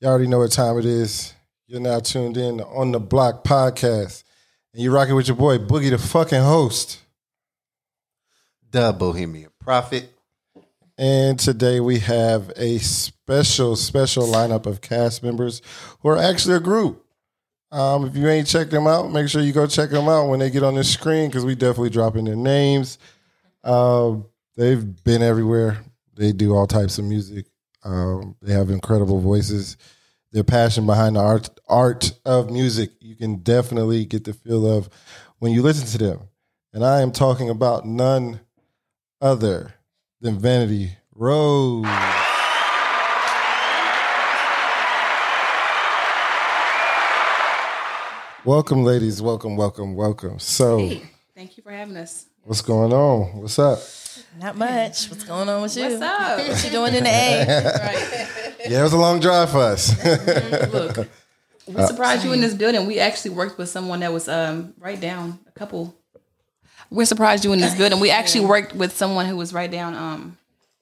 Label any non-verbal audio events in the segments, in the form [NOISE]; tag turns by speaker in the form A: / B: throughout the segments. A: You already know what time it is. You're now tuned in to on the Block podcast, and you're rocking with your boy Boogie, the fucking host.
B: The Bohemian Prophet.
A: And today we have a special, special lineup of cast members who are actually a group. Um, if you ain't checked them out, make sure you go check them out when they get on the screen because we definitely dropping their names. Um, they've been everywhere. They do all types of music. Um, they have incredible voices. Their passion behind the art art of music, you can definitely get the feel of when you listen to them. And I am talking about none other than Vanity Rose. welcome, ladies. Welcome, welcome, welcome. So,
C: Hey, thank you for having us.
A: what's going on? What's up?
D: Not much. What's going on with you?
C: What's up?
D: What you doing in the A?
C: right.
A: Yeah, it was a long drive for us.
C: Look, we
A: Uh,
C: surprised you in this building. We actually worked with someone that was um, right down a couple. We're surprised you in this building. We actually worked with someone who was right down um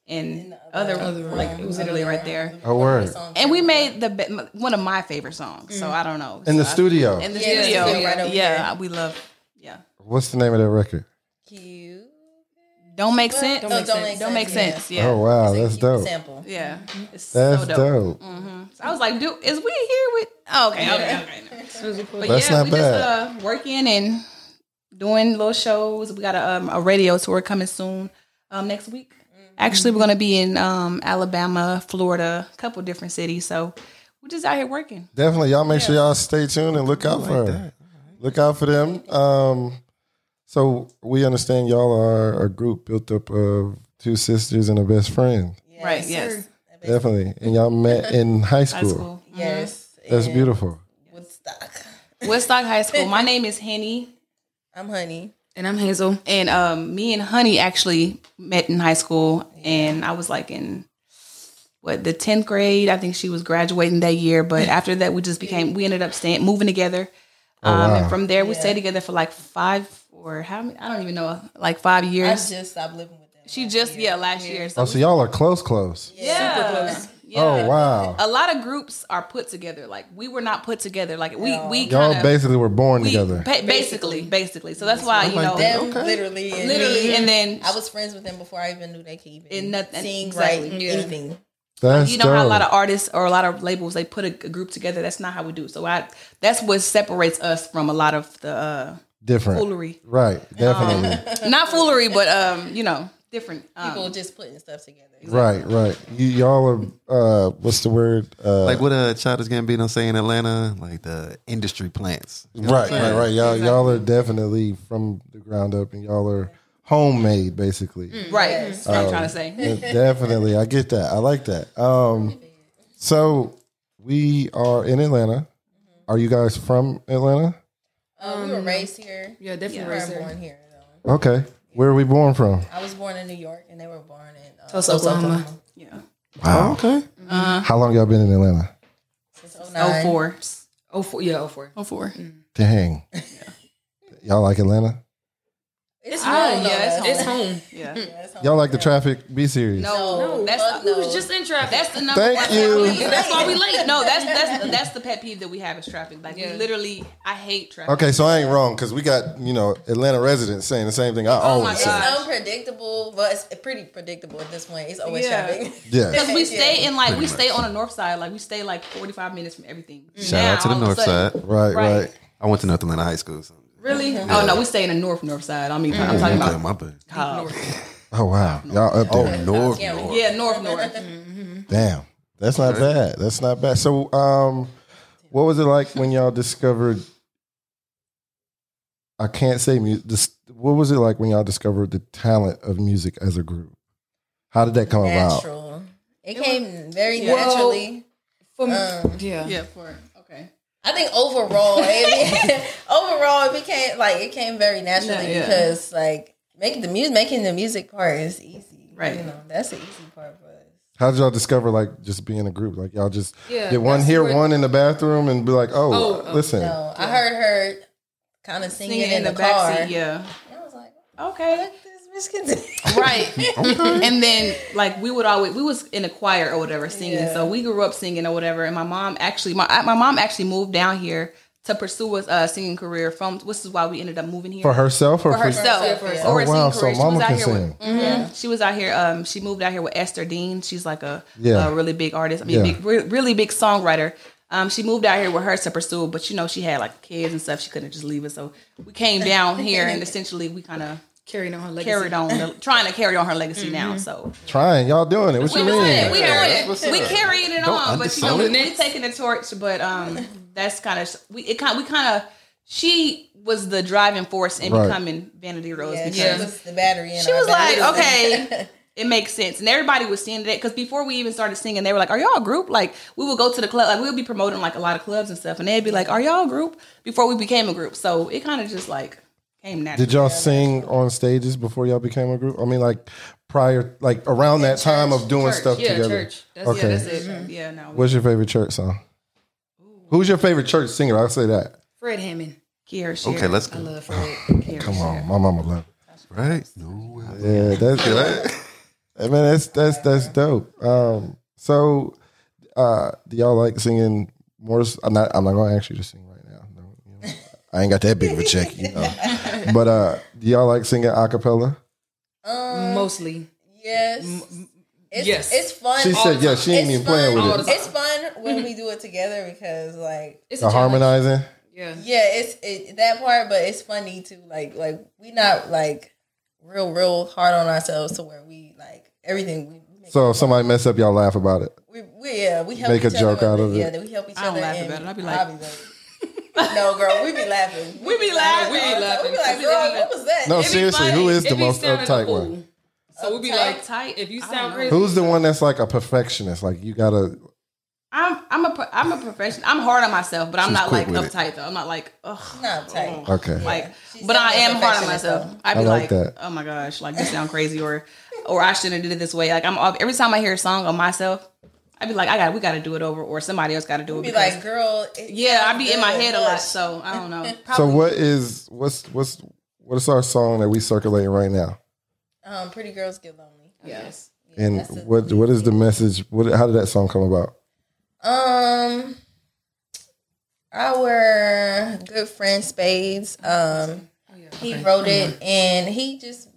C: in other, like it was literally right there.
A: [LAUGHS] oh, word.
C: [LAUGHS] And we made the be- one of my favorite songs. So I don't know.
A: In the
C: So I-
A: studio.
C: in the
D: Yeah,
C: studio.
D: yeah, right over
C: yeah, we love. Yeah.
A: What's the name of that record?
D: Cute.
C: Don't make sense.
D: Don't Make Sense.
C: Don't make
D: Yeah.
C: sense. Yeah.
A: Oh, wow. That's dope.
D: Sample.
C: Yeah. It's
A: That's
C: so dope. Mm.
A: dope.
C: So I was like, "Dude, is we here with?" Oh, okay, okay, okay. But
A: That's
C: yeah,
A: not
C: we
A: bad.
C: just uh, working and doing little shows. We got a, um, a radio tour coming soon um, next week. Actually, we're gonna be in um, Alabama, Florida, a couple different cities. So we're just out here working.
A: Definitely. Y'all make sure y'all stay tuned and look out for her. Look out for them. Um, so we understand y'all are a group built up of two sisters and a best friend.
C: Right, yes.
A: Definitely. And y'all
C: [LAUGHS]
A: met in high school.
C: High school,
D: Yes.
A: That's
D: And
A: beautiful.
D: Woodstock.
C: Woodstock High School. My name is Henny,
D: I'm Honey.
E: And I'm Hazel.
C: and um, me and Honey actually met in high school, and I was like in what the tenth grade. I think she was graduating that year,
A: [LAUGHS]
C: but after that, we just became. We ended up staying moving together,
A: Oh,
C: um, and from there, we stayed together for like five or how many? I don't even know, like five
D: I
C: years.
D: just stopped living with them.
C: she just yeah, last year. So
A: Oh, so y'all are close, close.
C: yeah, yeah. Uh,
A: Oh, wow.
C: A lot of groups are put together. Like we were not put together. Like we we
A: Y'all
C: kind of
A: basically were born together.
C: basically basically. So that's why you know.
D: Them literally. And
C: Literally,
D: me.
C: and then
D: I was friends with them before I even knew they could even
C: And nothing-
D: sing,
C: exactly.
D: write,
E: Yeah.
D: anything.
A: That's
C: you know how a
A: dope.
C: lot of artists or a lot of labels they put a, a group together. That's not how we do. So I that's what separates us from a lot of the uh,
A: different.
E: [LAUGHS]
C: foolery,
A: Right,
C: [LAUGHS]
A: definitely.
C: not foolery, but um, you know, different. Um,
D: People just putting stuff together.
A: right, right. You, y'all are, uh, what's the word? Uh,
B: Like what uh Childish Gambino say in Atlanta, like the industry plants. You know what I'm
A: Right,
B: saying?
A: right, right. Y'all, y'all are definitely from the ground up, and y'all are homemade, basically.
B: Mm.
C: right? That's what I'm
A: Oh.
C: trying to say.
A: Yeah, definitely, I get that. I like that. Um, so we are in Atlanta.
B: Mm-hmm.
A: Are you guys from Atlanta?
D: Uh,
C: Um,
D: we were raised here.
E: Yeah, definitely.
D: We
E: raised
D: were
E: there.
D: born here. Though.
A: Okay, where are we born from?
D: I was born in New York, and they were born in uh,
E: Tulsa, Oklahoma.
C: Yeah,
A: Wow. Oh, okay.
B: Uh-huh.
A: How long y'all been in Atlanta?
D: Since
C: oh
D: 09.
C: four,
E: Oh four, yeah, oh four.
C: oh four.
B: [LAUGHS]
A: Dang. Y'all like Atlanta?
D: It's
C: Ah,
D: home, though,
C: yeah, it's home.
D: though.
E: It's Oh, home. [LAUGHS]
C: Yeah,
D: Yeah, it's home.
A: Y'all like the traffic B series?
C: no,
D: No,
C: that's
D: fuck
C: the,
D: no.
E: We was just in traffic.
C: that's the number.
A: Thank
C: one-
A: you.
C: That's why we
E: [LAUGHS]
C: late. No, that's that's that's the pet peeve that we have is traffic. Like
E: Yeah.
C: we literally, I hate traffic.
A: Okay, so I ain't wrong because we got you know Atlanta residents saying the same thing I
C: Oh my
A: always
D: It's
A: say.
C: God. Gosh.
D: unpredictable, but it's pretty predictable at this point. It's always
C: Yeah.
D: traffic.
A: Yeah.
C: Because we stay in like we stay on the north side, like we stay like forty five minutes from everything.
B: Shout out to the north side.
A: Right,
C: Right.
A: right.
B: I went to North Atlanta High School. So
D: [LAUGHS]
C: Really? Oh no, we stay in the north north side. I mean,
B: Mm-hmm.
C: I'm talking
B: I'm
C: about
B: my bad.
C: Cobb.
A: Oh wow, y'all up there?
B: North,
D: Yeah.
B: North.
C: yeah, north north. Mm-hmm.
A: Damn, that's not bad. That's not bad. So, um, what was it like when y'all discovered? I can't say music. This, what was it like when y'all discovered the talent of music as a group? How did that come about?
D: Natural. It came very naturally.
E: For me,
D: Um,
E: yeah.
C: Yeah, for okay.
D: I think overall,
C: [LAUGHS]
D: it, [LAUGHS] overall, it became like it came very naturally
C: Yeah, yeah.
D: because like making the music, making the music part is easy.
C: Right.
D: You know, that's the easy part for us.
A: How did y'all discover like just being a group? Like y'all just
E: Yeah,
A: get one
E: that's
A: here,
E: where-
A: one in the bathroom, and be like, "Oh,
E: Oh, oh,
A: listen,
D: So I heard her kind of singing,
C: Singing
D: in, the,
C: backseat,
D: car.
C: yeah.
D: And I was like,
C: Okay.
D: this Just continue.
B: [LAUGHS]
C: right and then like we would always we was in a choir or whatever singing so we grew up singing or whatever and my mom actually my my mom actually moved down here to pursue a uh, singing career from which is why we ended up moving here
A: For herself or for,
C: for herself,
D: For herself.
C: for her
A: Oh, wow,
C: singing
A: so
C: career. she
A: mama
C: was out
A: can
C: here
A: sing.
C: with, Mhm. she was out here. Um, she moved out here with Esther Dean. She's like a,
A: Yeah.
C: a really big artist. I mean,
A: Yeah.
C: big, re- really big songwriter. Um, she moved out here with her to pursue, but you know, she had like kids and stuff. She couldn't just leave us, so we came [LAUGHS] down here and essentially we kind of
E: Carried on her
D: [LAUGHS]
E: legacy.
C: carried on, [LAUGHS] the, trying to carry on her legacy now. So
A: trying? Y'all doing it? What
C: Mm-hmm. we
A: you
C: doing
A: mean?
C: it, we doing
B: that's what's
C: it, we
B: up.
C: carrying it
B: Don't
C: on, but you know,
B: undersell
C: we,
B: it.
C: we taking the torch. But um, [LAUGHS] that's kind of we it kind we kind of she was the driving force in
A: Right.
C: becoming Vanity Rose
D: Yeah,
C: because
D: she was the battery in
C: she
D: our
C: was like,
D: battery.
C: okay, it makes sense. And everybody was seeing that because before we even started singing, they were like, are y'all a group? Like, we would go to the club, like, we would be promoting like a lot of clubs and stuff. And they'd be like, are y'all a group? Before we became a group. So it kind of just like came naturally.
A: Did y'all sing on stages before y'all became a group? I mean, like prior, like around that time of doing
E: Church.
A: stuff
E: yeah,
A: together.
E: Church. That's,
A: Okay.
E: yeah, that's
C: That's
E: it.
C: it. Yeah, no.
A: What's your favorite church song? Who's your favorite church singer? I'll say that.
E: Fred Hammond.
C: Kier, Cher,
B: Okay, let's
E: I
B: go.
E: love Fred.
C: Kier,
A: Come
C: Cher.
A: on, my mama love.
B: Right? No. I-
A: Yeah, that's good. I mean, that's that's that's dope. Um, so, uh, do y'all like singing more? s- I'm not. I'm not gonna ask you to sing right now. No, you know, I ain't got that big of a check, you
E: [LAUGHS]
A: know. But uh, do y'all like singing a cappella?
E: Mostly.
D: Yes. It's,
E: yes.
D: It's fun.
A: She said, "Yeah, she ain't
D: It's
A: even playing
D: fun.
A: with it."
D: It's fun when we do it together because, like,
E: It's
A: The
E: a challenge.
A: harmonizing.
C: [LAUGHS]
E: Yeah.
D: yeah, it's it, that part, but it's funny too. Like, like we not like real, real hard on ourselves to where we like everything. We we make,
A: So if somebody mess up, y'all laugh about it.
D: we, we yeah, we help
A: Make a
D: each
A: joke
D: other,
A: out of it.
D: yeah, that we help each
C: I don't
D: other.
C: laugh
D: and
C: about it. I be like-
D: like- no, girl, we be laughing.
C: [LAUGHS] We be laughing.
D: We
C: We
D: be We
E: laughing.
D: be like,
E: We be
D: girl,
E: laughing.
D: what was that?
A: No,
E: It be
A: seriously,
E: funny.
A: who is the
E: It be
A: most
E: sounding
A: uptight
E: cool.
A: Oh, one?
E: So we'd be like,
C: Uptight?
E: if you
C: I
E: sound
C: don't know.
E: crazy,
A: Who's the one that's like a perfectionist? Like you gotta.
C: I'm I'm a pro- I'm a professional. I'm hard on myself, but I'm
B: She's
C: not like
B: quick with it.
C: uptight though. I'm not like ugh.
D: Not uptight.
C: ugh.
A: Okay.
C: Like,
D: She's
C: but I
D: definitely
C: am
D: a
C: hard on
D: perfectionist,
C: myself. I'd be
A: I like
C: like,
A: that.
C: oh my gosh, like this sound crazy, or or I shouldn't have did it this way. Like I'm every time I hear a song on myself, I'd be like, I got we got to do it over, or somebody else got to do it.
D: Be
C: because-
D: like, girl. it
C: yeah, I'd
D: sounds
C: be in my
D: good,
C: head a
D: but
C: lot, so I don't
D: [LAUGHS]
C: know.
A: so what is what's what's what's our song that we circulating right now?
D: Um, pretty girls get lonely.
E: Yes.
A: And
D: that's a-
A: what what is the message? What how did that song come about?
D: Um, our good friend Spades. Um, he wrote it, and he just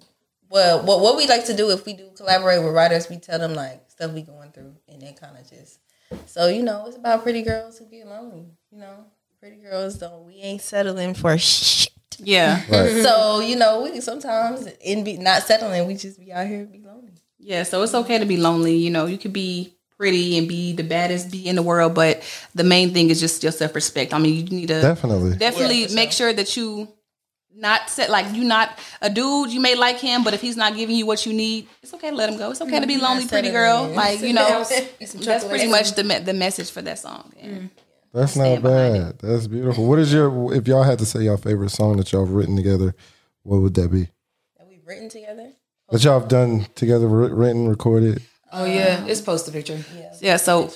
D: well, what what we like to do if we do collaborate with writers, we tell them like stuff we going through, and they kind of just so you know it's about pretty girls who get lonely. You know, pretty girls don't. We ain't settling for [LAUGHS] shit.
C: Yeah,
A: Right.
D: So you know, we sometimes in be not settling, we just be out here and be lonely.
C: yeah. So it's okay to be lonely. You know, you could be pretty and be the baddest bee in the world, but the main thing is just your self respect. I mean, you need to
A: Definitely.
C: definitely
D: Yeah, for
C: make sure that you not set like you not a dude you may like him but if he's not giving you what you need it's okay to let him go it's okay to be lonely pretty girl like you know that's pretty much the me- the message for that song And
A: That's
C: stand
A: not
C: behind
A: bad. That's beautiful. What is your if y'all had to say your favorite song that y'all have written together, what would that be?
D: That we've written together.
A: That y'all have done together, wri- written, recorded.
E: Oh yeah, it's post a picture.
C: yeah so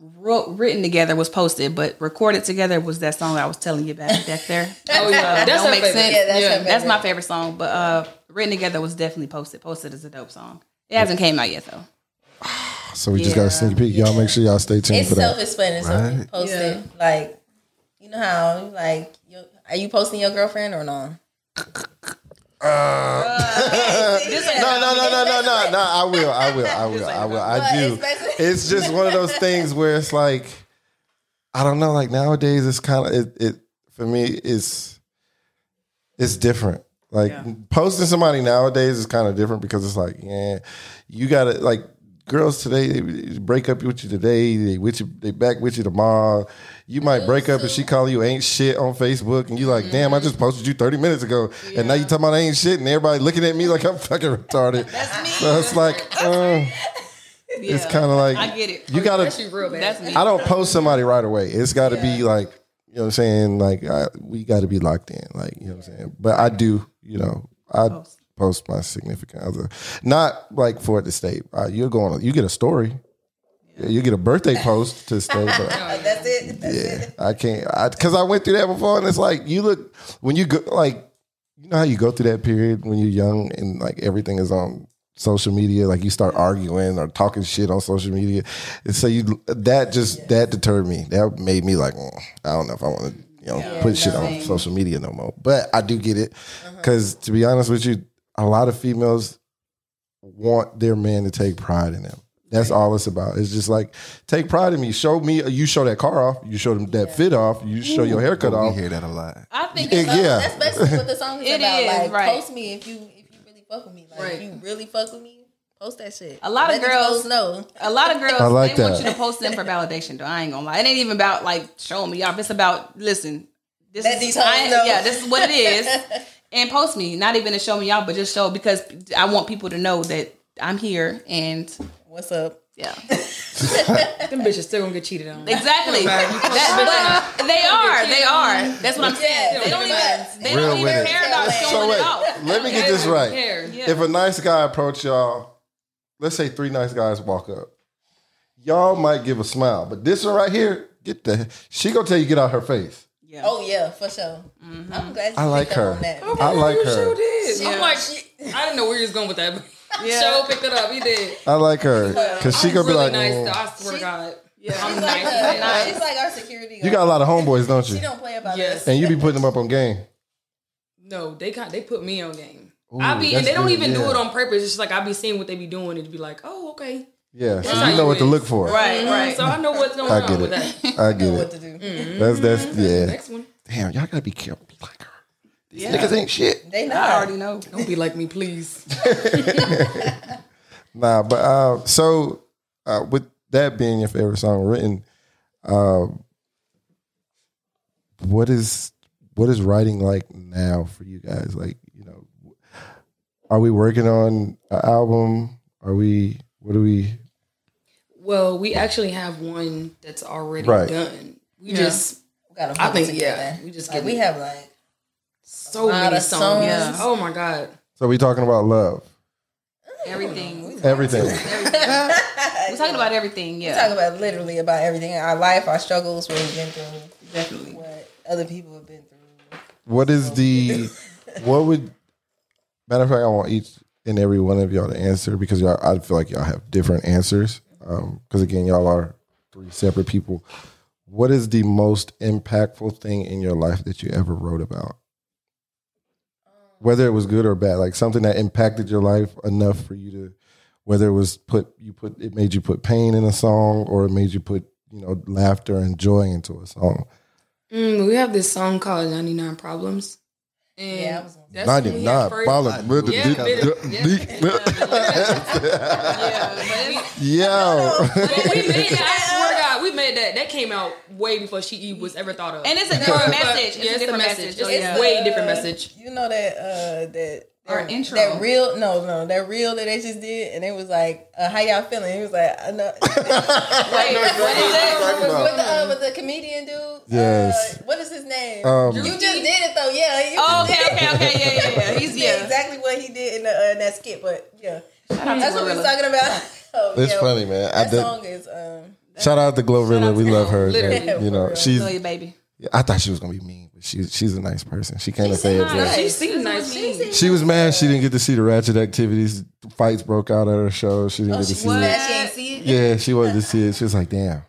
C: wrote, written together was posted but recorded together was that song i was telling you about back there
E: Oh yeah, that's
C: don't
E: her
C: make
E: favorite.
C: sense.
D: Yeah, that's her
C: that's my favorite song but uh written together was definitely posted posted is a dope song it hasn't came out yet though
A: So we just got a sneak peek. Y'all make sure y'all stay tuned
D: It's
A: for that.
D: self-explanatory.
B: Right.
D: Post it like you know how you like you are you posting your girlfriend or no?
A: No, no, no, no, no, no, no. I will. I will. I will. I will. I do.
D: basically-
A: It's just one of those things where it's like, I don't know. Like nowadays, it's kind of it, it. For me, it's it's different. Like posting somebody nowadays is kind of different because it's like, yeah, you gotta like girls today they break up with you today. They with you. They back with you tomorrow. You might break up and she call you ain't shit on Facebook, and you like, damn,
C: Mm-hmm.
A: I just posted you thirty minutes ago, and now you talking about I ain't shit, and everybody looking at me like I'm
C: [LAUGHS]
A: fucking retarded. That's me. So it's like, uh, it's kind of like
C: I get it.
A: You gotta
E: She real bad.
C: that's me
A: I don't post somebody right away. It's got to be like, you know what I'm saying? Like, I, we got to be locked in. Like, you know what I'm saying? But I do, you know, I post, my significant other. Not like for it to stay. Uh, you're going, you get a story. You get a birthday post to stay. But
D: That's it.
A: I can't, I because I went through that before and it's like, you look, when you go, like, you know how you go through that period when you're young and like everything is on social media, like you start arguing or talking shit on social media, and so you that just that deterred me. That made me like, mm, I don't know if I want to. You know, put shit on social media no more. But I do get it because, to be honest with you, a lot of females want their man to take pride in them. That's all it's about. It's just like take pride in me. Show me. You show that car off. You show them that fit off. You show your haircut
B: We
A: off.
B: hear that a lot.
D: I think
A: Yeah,
D: that's,
A: yeah.
D: Oh, that's basically what the song
C: [LAUGHS]
D: is
C: It
D: about.
C: is,
D: like,
C: right.
D: post me if you if you really fuck with me. Like,
E: Right.
D: if you really fuck with me, post that shit.
C: A lot of
D: Let the
C: girls-
D: folks know.
C: A lot of girls,
A: I like
C: they
A: that.
C: want you to post them for validation. Though I ain't gonna lie, it ain't even about like showing me off. It's about listen. This
D: Let
C: is
D: these hoes
C: I-
D: know.
C: yeah, this is what it is. [LAUGHS] and post me, not even to show me off, but just show because I want people to know that I'm here and
D: What's up?
C: [LAUGHS] yeah,
E: Them bitches still gonna get cheated on.
C: exactly. That- but they are, they are. That's what I'm saying. They don't even, they
B: Real
C: don't
B: with
C: even
B: it.
C: care about
D: So
C: showing
A: wait.
C: it off.
A: Let me get this right.
E: Care. Yeah.
A: If a nice guy approach y'all, let's say three nice guys walk up, y'all might give a smile, but this one right here, get the she gonna tell you get out her face.
C: Yeah.
D: Oh yeah, for sure.
C: Mm-hmm.
D: I'm glad. You
A: I like
D: picked up
A: her.
C: [LAUGHS]
D: on that.
A: I like her.
E: I'm like, I didn't know where he was going with [LAUGHS] that.
C: Yeah.
E: Show picked it up. He did.
A: I like her because she
E: I'm
A: gonna
E: really
A: be like,
E: nice.
A: "Mm,
E: Though, I swear to God. Yeah. I'm
D: She's like,
E: nice.
D: uh,
C: nice.
D: she's like our security.
A: you got a lot of homeboys, don't you?
D: She don't play about
E: Yes.
D: us.
A: And you be putting them up on game.
E: No, they got they put me on game.
A: Ooh,
E: I be
A: that's
E: and they don't
A: good,
E: even
A: yeah.
E: do it on purpose. It's just like I be seeing what they be doing and be like, oh okay.
A: Yeah, so
E: That's how
A: you know
E: you
A: what to
E: is.
A: look for.
C: Right, right. Mm-hmm.
E: So I know what's going
A: I
E: on
A: get
E: with
A: it.
E: that.
A: I get
D: What
A: it.
D: to do?
A: That's that's yeah.
E: Next one.
A: Damn, y'all gotta be careful. Like her. These niggas ain't shit.
D: They know.
C: I already know.
E: Don't be like me, please.
A: Nah, but uh, so uh, with that being your favorite song written, uh, what is what is writing like now for you guys? Like, you know, are we working on an album? Are we? What do we?
E: Well, we actually have one that's already
A: Right.
E: done. We just
D: We got a
E: I
D: whole
E: think,
D: together.
E: yeah, we just
D: like,
E: get-
D: we have like
E: so
D: lot
E: many
D: of
E: songs.
D: songs.
E: Yeah. Oh my god.
A: So we talking about love,
C: Everything.
A: everything.
C: We're talking about everything.
D: we talk
C: Yeah,
D: about literally about everything in our life, our struggles, what we've been through,
C: definitely.
D: what other people have been through.
A: What is the? What would? Matter of fact, I want each and every one of y'all to answer because y'all, I feel like y'all have different answers. Because again, y'all are three separate people. What is the most impactful thing in your life that you ever wrote about? Whether it was good or bad, like something that impacted your life enough for you to, whether it was put you put it made you put pain in a song or it made you put you know laughter and joy into a song.
E: Mm, we have this song called 99 Problems. And
D: Yeah, I was gonna-
E: that's when
A: Ninety
E: we
A: nine
E: had first-
A: problems.
E: Yeah,
D: [LAUGHS]
A: Yo,
E: we [LAUGHS] made that. I swear to God, we made that. That came out way before She E was ever thought of.
C: And it's a different [LAUGHS]
E: But-
C: message. It's
E: yeah,
C: a different message.
E: It's
C: Oh,
E: a
C: yeah.
E: way different message.
D: You know that uh that
C: Our
D: that,
C: intro.
D: that real no no that real that they just did and it was like uh, how y'all feeling? It was like uh,
A: [LAUGHS]
D: I know
C: Wait, what is that?
D: with the uh, with the comedian dude.
A: Yes.
D: Uh, what is his name?
A: Um,
D: you just did it though. Yeah. You
C: Oh, okay, okay, okay, yeah, yeah, yeah. He's
D: did
C: yeah.
D: exactly what he did in, the, uh, in that skit, but yeah,
C: out
D: that's
C: to
D: what we
C: Glorilla.
D: was talking
C: [LAUGHS]
D: about. Oh,
A: it's
D: yeah.
A: funny, man. I
D: That
A: did,
D: song is um.
A: shout out to Glorilla. We love her.
E: Literally.
A: You know,
D: Yeah,
A: she's.
C: Lil' baby.
A: I thought she was gonna be mean, but she's she's a nice person. She came to say it.
D: nice.
A: Right.
E: She seemed nice. She
A: She was mad she didn't get to see the ratchet activities. Fights broke out at her show. She didn't get to see
C: was?
A: it.
D: That Oh, she ain't see it.
A: Yeah, she wanted to see it. She was like, damn.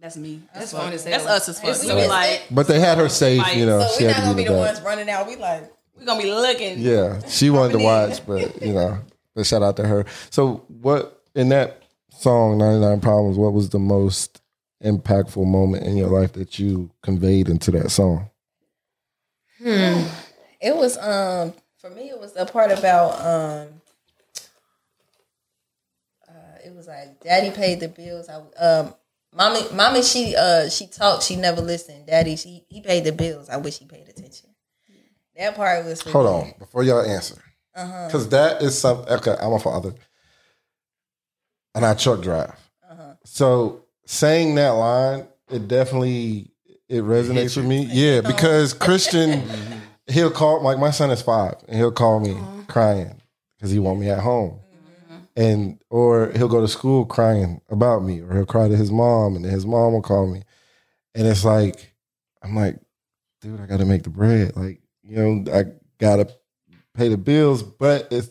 C: That's me.
E: That's fun as hell.
C: That's us as fuck.
E: It's
C: We
E: so
C: be
E: fun.
C: like,
A: But they had her safe, you know.
D: So
A: she
D: we're
A: had
D: not
A: to
D: gonna
A: get
D: be
A: it
D: the
A: back.
D: ones running out. We like
C: we're gonna be looking.
A: Yeah, she wanted to watch, but you know, but shout out to her. So, what in that song "99 Problems"? What was the most impactful moment in your life that you conveyed into that song?
D: It was um for me it was the part about um uh, it was like daddy paid the bills. I um mommy mommy she uh she talked, she never listened. Daddy she he paid the bills. I wish he paid attention. That part was for
A: Hold
D: me.
A: on, before y'all answer, because is something. Okay, I'm a father, and I truck drive. So saying that line, it definitely it resonates with me. Yeah, because Christian, he'll call like my son is five, and he'll call me crying because he want me at home. and or he'll go to school crying about me, or he'll cry to his mom, and then his mom will call me, and it's like I'm like, dude, I got to make the bread, like you know, I gotta pay the bills, but it's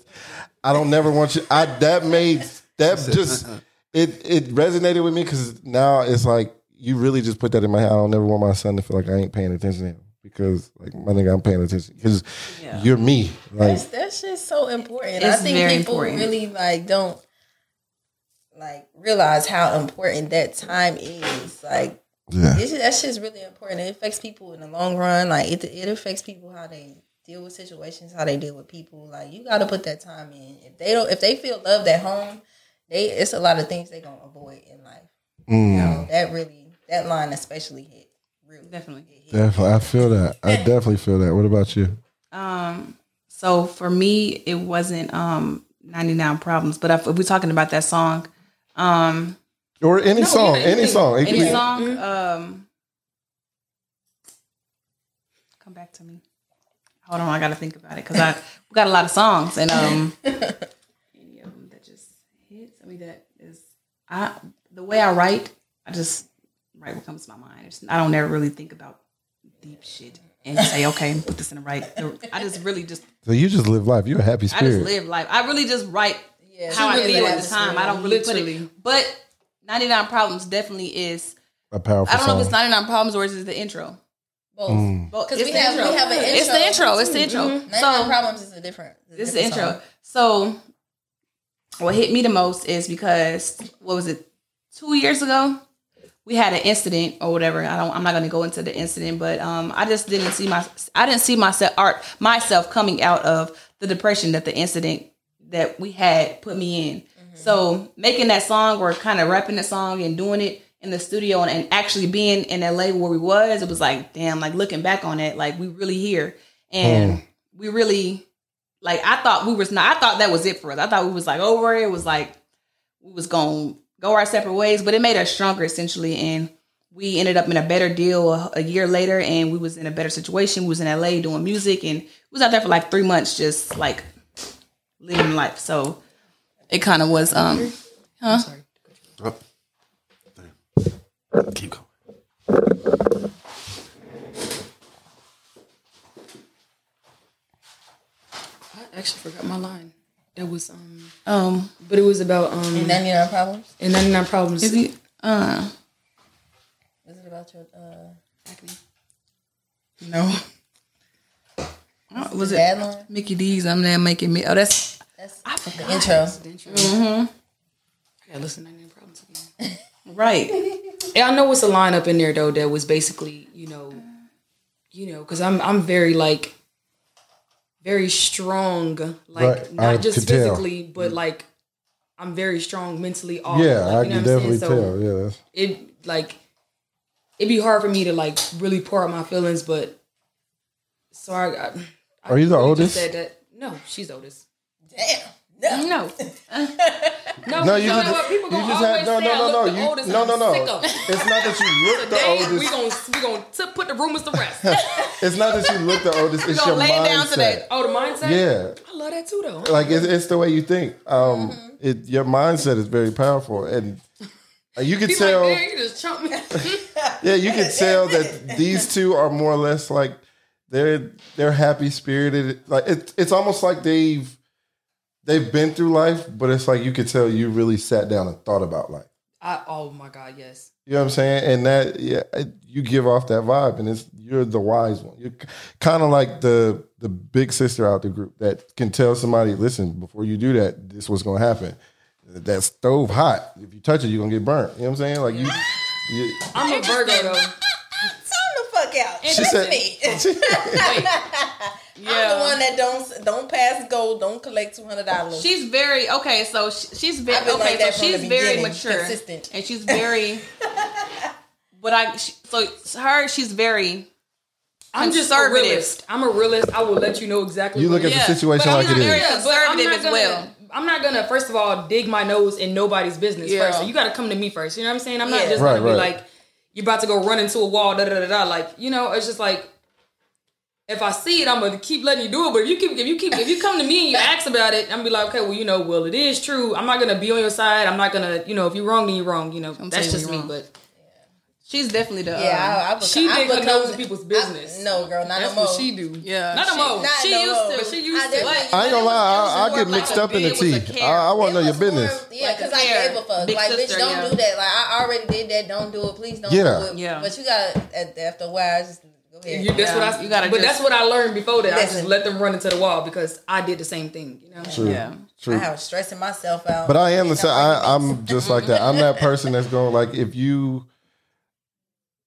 A: I don't never want you. I that made that just it it resonated with me because now it's like you really just put that in my head. I don't never want my son to feel like I ain't paying attention to him because like my nigga, I'm paying attention because you're me. Like
D: That's, that's just so important. I
C: It's
D: think
C: very
D: people
C: important.
D: really like don't like realize how important that time is. Like
A: yeah,
D: it's, that's just really important. It affects people in the long run. Like it, it affects people how they deal with situations, how they deal with people. Like you got to put that time in. If they don't, if they feel loved at home, they it's a lot of things they gonna avoid in life.
A: Mm,
D: That really, that line especially hit. Really,
C: Definitely.
D: It hit.
A: definitely. I feel that. I definitely feel that. What about you?
C: Um, so for me, it wasn't um 99 problems, but if, if we're talking about that song, um,
A: Or any song,
C: yeah,
A: any song, It
C: any
A: could be-
C: song, um, come back to me. Hold on, I gotta think about it because I we got a lot of songs and um, any of them that just hits. I mean, that is I the way I write, I just write what comes to my mind. It's, I don't ever really think about deep shit and say, okay, put this in the right. I just really just
A: So you just live life. You're a happy
C: I just
A: spirit.
C: live life. I really just write
D: Yeah,
C: how
D: she
C: I
D: really
C: feel at
D: lives
C: the time.
D: real,
C: I don't really put
E: literally.
C: it. But 99 Problems definitely is.
A: A powerful
C: I don't know if it's
A: song.
C: 99 Problems or is it the intro?
D: Both.
C: Because
D: we have- we have an
C: It's the
D: intro, Mm-hmm.
C: intro.
E: Oh,
C: It's the intro.
E: Mm-hmm.
D: Nine Nine
C: So
D: problems is a different. is a
C: it's the
D: different
C: intro.
D: song.
C: So what hit me the most is because what was it? Two years ago, we had an incident or whatever. I don't. I'm not going to go into the incident, but um, I just didn't see my. I didn't see myself art myself coming out of the depression that the incident that we had put me in.
D: Mm-hmm.
C: So making that song or kind of rapping the song and doing it in the studio and, and actually being in LA where we was, it was like, damn, like looking back on it, like we really here. And we really like I thought we was not I thought that was it for us. I thought we was like over it. It was like we was gonna go our separate ways, but it made us stronger essentially and we ended up in a better deal a, a year later and we was in a better situation. We was in LA doing music and we was out there for like three months just like living life. So it kind of was um
B: Oh. Keep going.
E: I actually forgot my line. That was um,
C: um
E: but it was about um,
D: Ninety nine problems.
E: and ninety nine problems.
C: is it uh
D: Is it about your uh,
E: No,
C: was it
D: bad line?
C: Mickey D's I'm there making me oh that's
D: That's the intro.
E: the intro. Mm-hmm. I gotta listen to ninety nine problems again.
C: right.
E: And I know it's a lineup in there though that was basically, you know, you know, because I'm I'm very like very strong, like
A: Right,
E: not
A: I
E: just
A: could tell. Mm.
E: physically, but like I'm very strong mentally. All
A: Yeah, I
E: Oh, like, you
A: can
E: know what I'm
A: definitely
E: saying? So
A: tell. Yeah, that's,
E: it like it'd be hard for me to like really pour out my feelings, but sorry, I, I
A: Are you the
E: really
A: oldest?
E: just Said that no, she's oldest.
D: Damn. No.
C: No.
E: [LAUGHS] No,
A: No,
E: you,
A: you
E: know
A: just-
E: what? People
A: you
E: gonna
A: just
E: always
A: had- no,
E: say
A: no,
E: I
A: no,
E: look
A: no,
E: the
A: you-
E: oldest.
A: no,
E: I'm
A: no, no.
E: Sick of it.
A: It's not that
E: [LAUGHS]
A: you look the
E: Today,
A: oldest.
E: we gonna we gonna t- put the rumors to rest.
A: [LAUGHS] It's not that you look the
E: [LAUGHS]
A: oldest. It's your
C: lay
A: mindset.
C: it down today.
E: Oh, the mindset.
A: Yeah,
E: I love that too, though.
A: like it's, it's the way you think. Um,
E: Mm-hmm.
A: it, your mindset is very powerful,
E: [LAUGHS]
A: and uh, you can
E: He's like,
A: tell.
E: man, you just chump me. [LAUGHS]
A: yeah, you can tell that these two are more or less like they're they're happy spirited. Like it, it's almost like they've they've been through life, but it's like you could tell you really sat down and thought about life.
E: I, oh my God, yes.
A: You know what I'm saying? And that yeah, it- you give off that vibe, and it's you're the wise one. You're kind of like the the big sister out the group that can tell somebody, listen, before you do that, this was gonna happen. That stove hot. If you touch it, you're gonna get burnt. You know what I'm saying? Like you. you
E: I'm a Virgo
D: Tune
E: though.
D: the fuck out.
A: she
D: That's
A: said,
D: [LAUGHS] me. I'm the
E: Yeah.
D: one that don't don't pass go, don't collect two hundred dollars.
C: She's very okay. So sh- she's
D: I've
C: very
D: been
C: okay.
D: like that
C: so
D: from the
C: she's very
D: beginning,
C: mature,
D: consistent.
C: and she's
D: [LAUGHS]
C: very. but I she, so it's her she's very.
E: I'm just a
C: Conservative.
E: realist. I'm a realist. I will let you know exactly.
A: you
E: what
A: look at
E: it is.
C: Yeah,
A: the situation
C: but
A: like it
C: I'm not
A: is.
C: very-
E: Yeah, but I'm
C: conservative
E: not
C: as
E: gonna-
C: well.
E: I'm not gonna first of all dig my nose in nobody's business
C: Yeah.
E: first. So you got to come to me first. You know what I'm saying? I'm not
D: Yeah.
E: just
A: Right,
E: gonna be
A: right.
E: like you're about to go run into a wall. Da da da da. Like you know, it's just like. If I see it, I'm gonna keep letting you do it. But if you keep, if you keep, if you come to me and you ask about it, I'm gonna be like, okay, well, you know, well, it is true. I'm not gonna be on your side. I'm not gonna, you know, if you're wrong, then you're wrong. You know, that's
C: saying
E: just
C: you're
E: me.
C: wrong.
E: But
C: She's definitely the. uh,
D: Yeah, I, I was.
E: Uh, She
D: I
E: did
D: was
E: condones in
D: no-
E: people's
D: I-
E: business.
D: no, girl, not
E: That's
D: no more.
E: what she do.
F: Yeah,
E: not
F: she-
E: no more.
D: not
E: Oh, she
D: no
E: used
D: more.
E: to, but she
D: I
E: used to.
D: definitely-
E: Like,
D: But
A: I ain't
D: it
A: gonna
D: was-
A: lie,
D: it
A: I, I
D: was
A: get
D: more
A: mixed
C: like
A: up in the
C: it was
A: tea.
C: a care.
A: I, I want to know your
D: It was more-
A: business.
D: Yeah,
C: Like a
D: because I
C: care.
D: gave a fuck.
C: Big
D: like, bitch,
C: sister,
D: don't
C: yeah.
D: do that. Like, I already did that. Don't do it. Please don't
A: Yeah.
D: do it.
C: Yeah.
D: But you got at after a while, just go ahead.
E: you, that's what
C: Yeah,
E: I.
C: you gotta
E: but
C: just-
E: that's what I learned before that. I just
D: Listen.
E: let them run into the wall because I did the same thing. You know.
A: True,
F: Yeah.
D: I
A: true.
D: was stressing myself out.
A: But I am the
D: Ain't
A: same.
D: nobody
A: I, I'm just like that. I'm that person that's going like if you,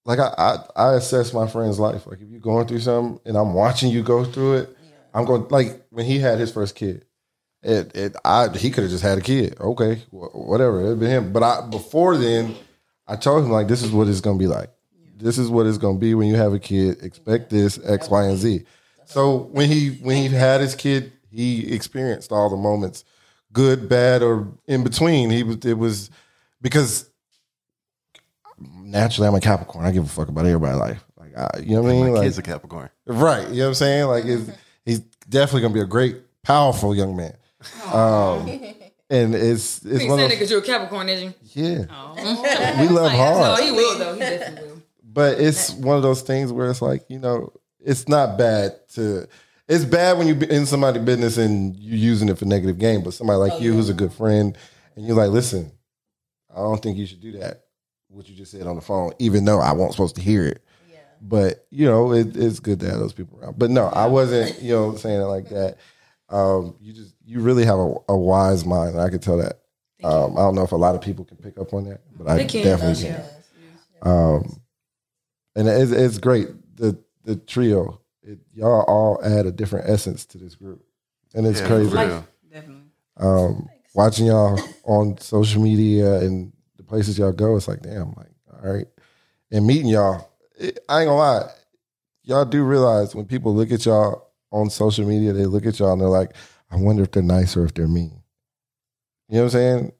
A: like I, I I assess my friend's life. Like if you're going through something and I'm watching you go through it, I'm going like when he had his first kid. It, it I he could have just had a kid. Okay, wh- whatever. It'd been him. But I before then, I told him like this is what it's gonna be like. This is what it's gonna be when you have a kid. Expect this X, Y, and Z. So when he when he had his kid, he experienced all the moments, good, bad, or in between. He was it was because naturally I'm a Capricorn. I give a fuck about everybody's life. Like I, you know what I mean?
B: My
A: Like-
B: kids are Capricorn.
A: Right. You know what I'm saying? Like it's, he's definitely gonna be a great, powerful young man. Um, and it's it's
E: You
A: one
E: saying
A: of
E: because you're a Capricorn, is you?
A: yeah.
E: Oh,
A: We love
E: no,
A: hard.
E: he will though. He definitely [LAUGHS] will.
A: But it's one of those things where it's like, you know, it's not bad to it's bad when you be in somebody's business and you using it for negative game, but somebody
E: Oh,
A: like you who's a good friend and you're like, listen, I don't think you should do that. What you just said on the phone, even though I wasn't supposed to hear it. But you know, it, it's good to have those people around. But no, I wasn't, you know, saying it like that. Um, you just you really have a, a wise mind. I could tell that. Um, I don't know if a lot of people can pick up on that, but I
E: They can,
A: definitely
E: yeah.
A: can. Um, and it's, it's great. The the trio, it, y'all all add a different essence to this group, and it's
B: Yeah, for
A: crazy
B: real.
C: Definitely.
A: um, watching y'all on social media and the places y'all go, it's like, damn, like, all right. And meeting y'all, it, I ain't gonna lie, y'all do realize when people look at y'all on social media, they look at y'all and they're like, I wonder if they're nice or if they're mean. You know what I'm saying?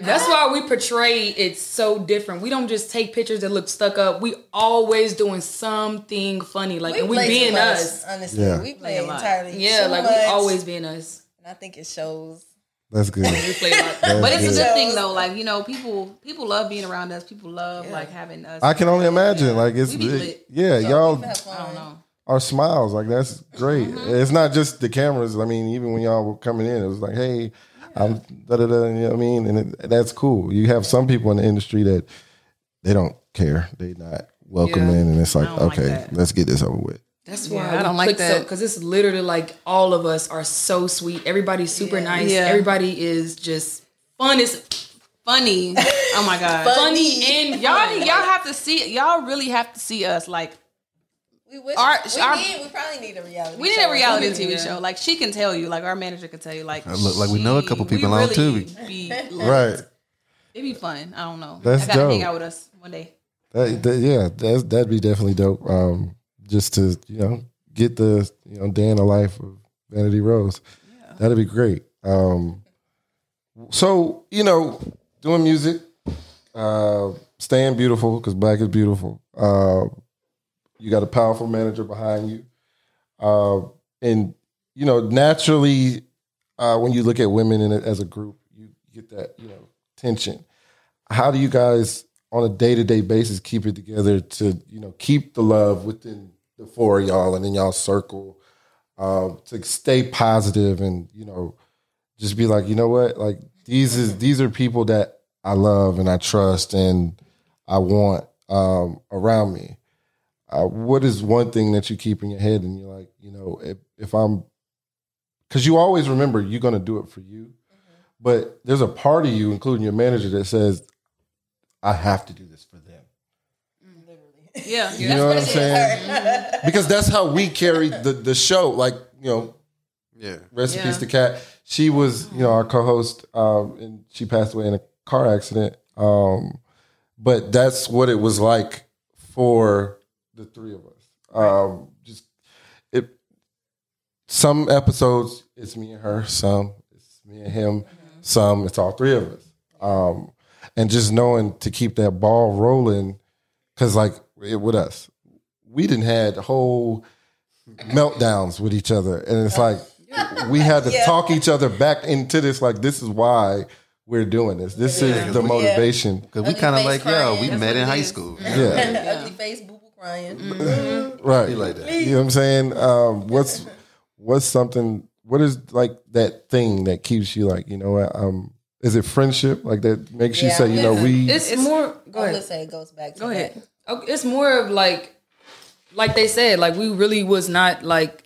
E: That's why we portray it so different. We don't just take pictures that look stuck up. We always doing something funny, like and we
D: play too
E: being
D: much,
E: us.
D: Honestly,
A: Yeah.
D: we play
C: lot.
D: entirely.
E: Yeah,
D: too
E: like
D: much,
E: we always being us.
D: And I think it shows.
A: That's
C: [LAUGHS]
A: good.
E: We play like
C: But it's a
A: [LAUGHS] Yeah.
C: good thing though. Like you know, people people love being around us. People love like having us.
A: I can only imagine. Like it's
C: We be lit.
A: yeah,
D: We
A: y'all
D: have fun.
C: I don't know.
A: our smiles. Like that's great.
C: Mm-hmm.
A: It's not just the cameras. I mean, even when y'all were coming in, it was like, hey, I'm da da da. You know what I mean? And it, that's cool. You have some people in the industry that they don't care. They not welcoming,
E: Yeah.
A: and it's like,
C: don't like
A: okay,
C: that.
A: let's get this over with.
E: That's
F: Yeah,
E: why
F: I don't like that.
E: because it's literally like all of us are so sweet. Everybody's super nice.
C: Yeah.
E: Everybody is just fun. Is
C: Funny. Oh my
D: [LAUGHS]
C: god.
E: funny and
C: Y'all,
E: y'all.
C: y'all have to see. Y'all really have to see us. Like
D: We wish.
C: Our-
D: we,
C: our-
D: need, we probably need a reality.
C: we need
D: show.
C: a reality TV
E: Yeah.
C: show. Like she can tell you. Like our manager can tell you. Like
B: I look like we know a
C: she-
B: couple
C: we
B: people on
C: really
B: Tubi.
C: be-
D: [LAUGHS]
A: Right.
C: It'd be fun. I don't know.
A: That's
C: I gotta
A: dope.
C: hang out with us one day.
A: That, that- yeah, that's, that'd be definitely dope. Um, just to you know get the you know day in the life of Vanity Rose. That'd be great. Um, so you know, doing music, uh, staying beautiful because black is beautiful. Uh, you got a powerful manager behind you, uh, and you know naturally, uh, when you look at women in it as a group, you get that you know tension. How do you guys on a day to day basis keep it together to you know keep the love within the four of y'all and in y'all circle uh, to stay positive and you know just be like, you know what? Like these is these are people that I love and I trust and I want um, around me. Uh, what is one thing that you keep in your head and you're like, you know, if, if I'm, because you always remember you're gonna do it for you, but there's a part of you, including your manager, that says, I have to do this for them.
C: Yeah.
A: You know what I'm saying?
D: [LAUGHS]
A: [LAUGHS] because that's how we carry the the show. Like you know,
B: Yeah.
A: Rest in
C: Yeah.
A: peace to Kat. She was, you know, our co-host, um, and she passed away in a car accident. Um, but that's what it was like for the three of us. Um, just it. Some episodes it's me and her. Some it's me and him. Some it's all three of us. Um, and just knowing to keep that ball rolling, because like it, with us, we didn't had whole meltdowns with each other, and it's like we had to talk each other back into this. Like this is why we're doing this. This is the
B: Yeah.
A: motivation,
B: Because we
D: Ugly
B: kind of
D: face
B: like, yo,
D: crying.
B: we
D: That's
B: met
D: what
B: in
D: it
B: high
D: is.
B: school.
A: Yeah.
D: Ugly face, boo boo crying.
A: right?
B: like that.
A: You know what I'm saying? Um, what's what's something? What is like that thing that keeps you like you know? what, Um, is it friendship like that makes you
D: Yeah,
A: say you know
D: listen,
A: we?
E: It's, more. Go
D: I
E: ahead.
D: would say it goes back to
E: Go ahead.
D: that.
E: Okay, It's more of like, like they said, like we really was not like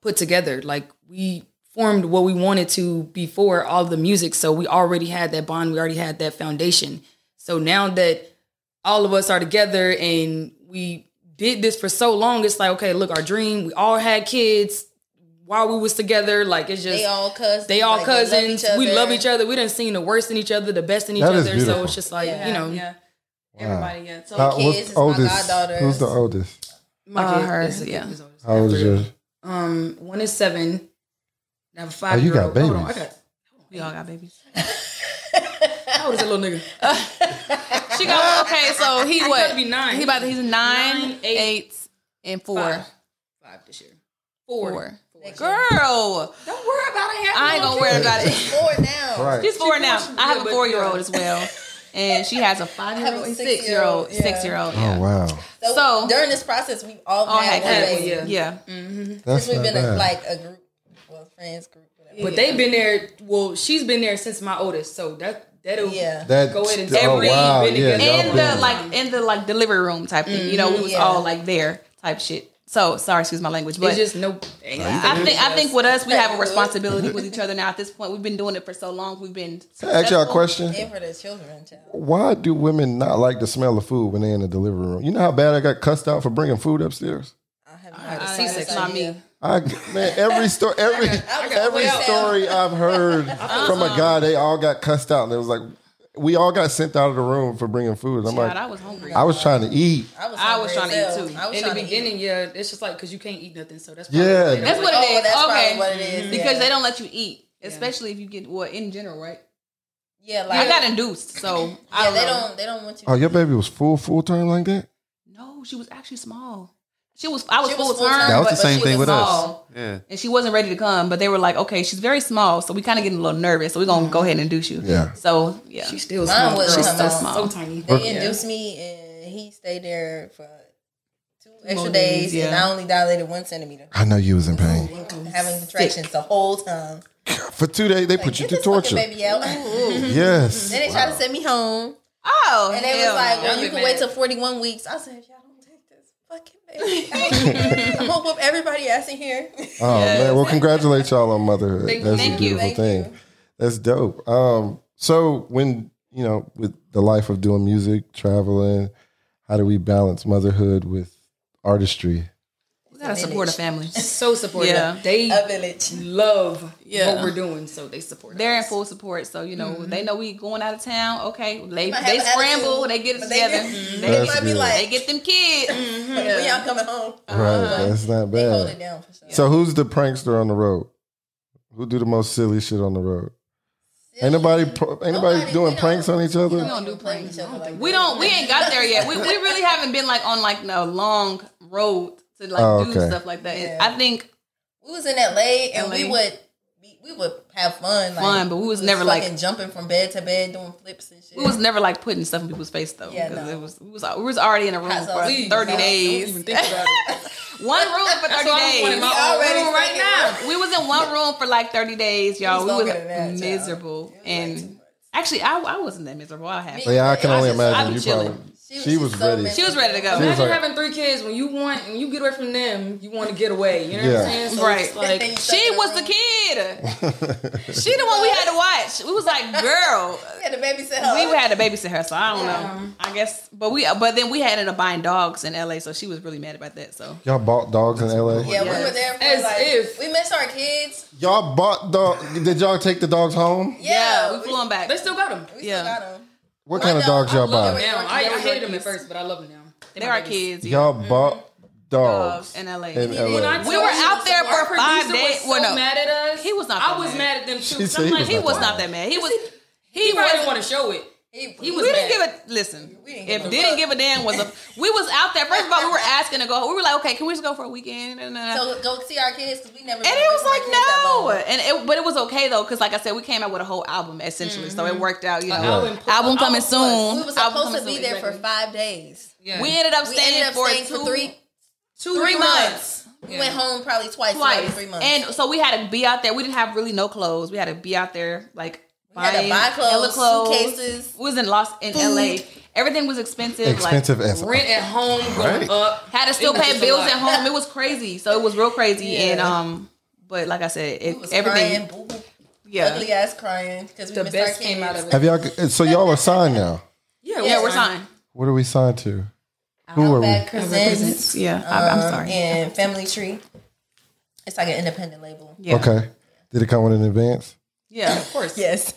E: put together. Like we formed what we wanted to before all the music, so we already had that bond. We already had that foundation. So now that all of us are together and we did this for so long, it's like okay, look, our dream. We all had kids while we was together. Like it's just
D: They all cousins.
E: they all
D: like, love
E: cousins.
D: each
E: we
D: other.
E: love each other. We done seen the worst in each other, the best in each
A: That
E: other.
A: is
E: So
A: beautiful.
E: it's just like you know,
F: yeah. Everybody, yeah. So
A: How-
D: kids,
A: what's
D: it's my goddaughters.
A: Who's the oldest?
E: my
C: Uh,
E: kid
C: hers,
E: is-
C: yeah.
E: is always-
A: How old is yours?
E: Um, one is seven. I have a five.
A: Oh, you got
E: Hold on, I
A: babies.
E: got.
C: We all got babies.
E: How old is that little nigga?
C: She got okay. So [LAUGHS]
E: [LAUGHS]
C: he
E: He's
C: what?
E: about to be nine.
C: He about to, he's nine,
E: Nine,
C: eight,
E: eight,
C: and four.
E: five. Five this year. Four.
C: Four. Girl,
E: Don't worry about it. Have
C: I ain't gonna worry about
D: [LAUGHS]
C: it.
D: Four now.
A: Right.
C: She's four now.
E: she-
C: I have
E: yeah,
C: a
E: but,
C: four year old
E: yeah.
C: as well, and she has a five year
D: I
C: old,
D: have a
C: and six year old,
D: six-year-old, yeah.
C: six year old.
A: Oh wow,
D: So,
C: So-
D: during this process, we've all,
C: All
D: had,
C: had
D: one
E: kids,
D: baby.
E: yeah.
C: Yeah,
A: that's
D: Since we've
A: not
D: been
A: bad.
D: a, like a group, well, friends group, whatever.
E: But they've been there. Well, she's been there since my oldest. So that that'll
D: Yeah.
A: That-
E: go ahead and
A: oh,
E: every
A: wow,
E: been
A: yeah,
E: together.
A: y'all
C: in
A: been-
D: uh,
C: the like in the like delivery room type thing. You know, we was
D: yeah.
C: all like there type shit. So sorry, excuse my language, but
E: it's just no.
C: I think I think with us, we have a responsibility with each other now. At this point, we've been doing it for so long. We've been
A: Can I ask y'all a question?
D: And for the children, child.
A: Why do women not like the smell of food when they're in the delivery room? You know how bad I got cussed out for bringing food upstairs.
D: I have not
E: I
D: decided
E: think
D: to
E: so.
C: not me.
D: do.
A: I man, every story, every every
D: out.
A: story I've heard from a guy, they all got cussed out. And it was like, we all got sent out of the room for bringing food. I'm
C: God, I
A: like,
C: was hungry.
A: I was trying to eat.
D: I was,
C: I was
D: hungry
C: trying to
D: as
C: eat
D: hell.
C: too.
D: I was
E: in
D: trying
E: the
D: to eat.
E: beginning, yeah, it's just like because you can't eat nothing, so that's probably
A: Yeah.
E: what it
C: That's
E: is.
C: what it
D: Oh,
C: is.
D: that's
C: okay,
D: probably what it is.
C: because
D: yeah.
C: they don't let you eat, especially if you get well in general, right?
D: yeah, like
C: I got induced, so I
D: yeah,
C: don't
D: they
C: know.
D: don't they don't want you.
A: Oh, your baby was full full term like that.
C: No, she was actually small. She was. I was
D: She was
C: full
D: full
C: term.
D: term,
B: That was
D: But
B: the same
D: she
B: thing
D: was
B: with us.
C: small.
B: Yeah.
C: and she wasn't ready to come, but they were like, "Okay, she's very small, so we kind of getting a little nervous, so we're gonna go ahead and induce you."
A: Yeah.
C: So yeah,
E: She's still
D: Mine
E: small.
D: was
E: She's
D: so
E: so
C: small.
E: small. So tiny.
D: They induced me, and he stayed there for two extra
C: More days,
D: days, and
C: yeah.
D: I only dilated one centimeter,
A: I know you was in pain
D: having contractions the whole time.
A: for two days. They put you
D: Get
A: to
D: this fucking
A: torture.
D: baby out. [LAUGHS] then
A: Yes,
D: they tried to send me home,
C: oh,
D: and they
C: hell
D: was like,
C: no.
D: "Well, you can wait till forty-one weeks." I said, "Y'all don't take this fucking baby [LAUGHS] out. I'm gonna whoop everybody ass in here."
A: Oh man, well, congratulate y'all on motherhood. That's
C: thank
A: a
C: you.
A: beautiful
D: Thank
A: thing. That's dope. Um, so when you know, with the life of doing music, traveling, how do we balance motherhood with artistry?
C: we gotta support a family.
D: [LAUGHS]
E: So supportive.
C: Yeah.
E: They
D: A village. [LAUGHS]
E: love
C: Yeah.
E: what we're doing, so they support.
C: They're in
E: us.
C: full support, so you know they know we going out of town. Okay, they
D: might
C: they
D: have an
C: scramble,
D: attitude,
C: they get it
D: but they
C: together,
D: do.
C: they,
A: That's
D: might be
A: good.
D: like- Mm-hmm.
C: they get them kids.
D: When y'all coming home,
A: right, that's not
D: Uh, they hold it
A: bad.
D: down for sure.
A: So who's the prankster on the road? Who do the most silly shit on the road? Ain't nobody, pro- ain't nobody,
D: Nobody,
A: doing
D: we
A: pranks on each
D: We
A: other?
D: don't do playing each other like
C: We
D: that.
C: don't. We ain't got there yet. We, we really haven't been like on like a long road to like
A: Oh,
C: do
A: okay.
C: stuff like that.
D: Yeah.
C: I think
D: We was in LA and we
C: LA.
D: would be, we would have fun, like,
C: Fun, but we was never, like-
D: fucking jumping from bed to bed doing flips and shit.
C: we was never like putting stuff in people's face though.
D: Yeah,
C: because
D: no.
C: it was we was we was already in a room
D: Hot
C: for
D: sauce.
C: thirty
D: Don't
E: Don't
C: days.
E: even think about it.
C: One room for
E: That's why I'm
C: thirty
E: wanting
C: days.
E: my
D: We already
E: own room right
D: thinking
E: now.
C: We was in one room for like thirty days, y'all.
D: was
C: We was,
D: longer than that, child.
C: miserable,
D: It was, like,
C: and
D: too much.
C: actually, I, I wasn't that miserable. I had.
D: Me-
A: Yeah, I can only
D: I just-
A: imagine
C: I'm
A: you
C: chilling.
A: probably.
D: She was
A: She was
D: just so
A: ready.
D: messy.
C: She was ready to go.
A: She was
E: Imagine
A: like-
E: having three kids when you want and you get away from them, you want to get away. You know
A: Yeah.
E: what I'm saying? So it's like
C: She was the kid. she the one we had to watch. We was like,
D: [LAUGHS]
C: girl,
D: Yeah, the baby said,
C: we had to babysit her, so I don't know. I guess, but we, but then we had her to buying dogs in LA, so she was really mad about that. So
A: Y'all bought dogs in LA.
D: Yeah, we were there for
E: As
D: like
E: if.
D: we missed our kids.
A: Y'all bought dog. Did y'all take the dogs home?
C: yeah,
D: Yeah,
C: we flew them back.
E: they still got them.
D: We
C: yeah.
D: still got them.
A: What
D: My
A: kind of
D: dog-
A: dogs
D: I
A: y'all
D: love
A: buy?
D: it.
E: Now I, I hated them at first, but I love them now.
C: They're our kids. Yeah,
A: Y'all bought dogs,
C: Mm-hmm. dogs in LA.
A: in LA.
E: When I
C: We
E: told
C: were
E: you
C: out there
E: our
C: for
E: producer
C: five
E: was
C: days.
E: So
C: Well, no.
E: mad at us.
C: He was not
E: I
C: that
E: was
C: mad.
E: mad at them too.
A: She
E: So
A: said
E: I'm
A: he
E: like,
A: was
E: he
A: not
E: was
A: that
E: not
A: mad.
E: that mad. He was.
C: he
E: He probably
C: was
E: didn't want to show it.
D: He,
C: He was we didn't give a listen.
D: We didn't
C: if
D: give a
C: didn't
D: fuck.
C: give a damn was a we was out there. First of all, we were asking to go. We were like, okay, can we just go for a weekend? And, uh,
D: so go see our kids because we never.
C: and it was like no, and it, but it was okay though because like I said, we came out with a whole album essentially, so
D: Mm-hmm.
C: it worked out. You know,
E: album
C: album, coming
E: plus- album plus.
C: soon.
D: We were
C: Album
D: supposed to
C: coming
D: be
C: soon,
D: there
C: exactly.
D: for five days.
E: Yeah.
C: We ended up
D: We
C: staying
D: ended up
C: for
D: staying
C: two,
D: for three,
C: two,
D: three
C: three
D: months. We
E: Yeah.
D: went home probably twice,
C: twice.
D: in three months.
C: And so we had to be out there. We didn't have really no clothes. We had to be out there like
D: We had to
C: buying
D: buy clothes,
C: hella clothes.
D: suitcases.
C: We was in Los in LA. Everything was expensive.
A: Expensive
C: Like,
A: as
E: Rent at home going
B: Right.
E: up.
C: had to still
E: It was
C: pay
E: just a
C: bills
E: lot.
C: at home. It was crazy. So it was real crazy.
D: [LAUGHS] Yeah.
C: And um, but like I said,
D: We
C: it,
D: was
C: everything.
D: crying, boo boo,
C: Yeah,
D: ugly ass crying because we
E: The
D: missed
E: best
D: our kids.
E: came out of it.
A: Have y'all? So y'all are signed now.
E: Yeah,
C: yeah, we're signed.
A: What are we signed to? Who are we?
D: Outback Presents,
C: Yeah, I, I'm
D: um,
C: sorry.
D: and Family Tree. It's like an independent label.
C: Yeah.
A: Okay. Did it come with an advance?
C: Yeah,
E: Of course.
D: Yes,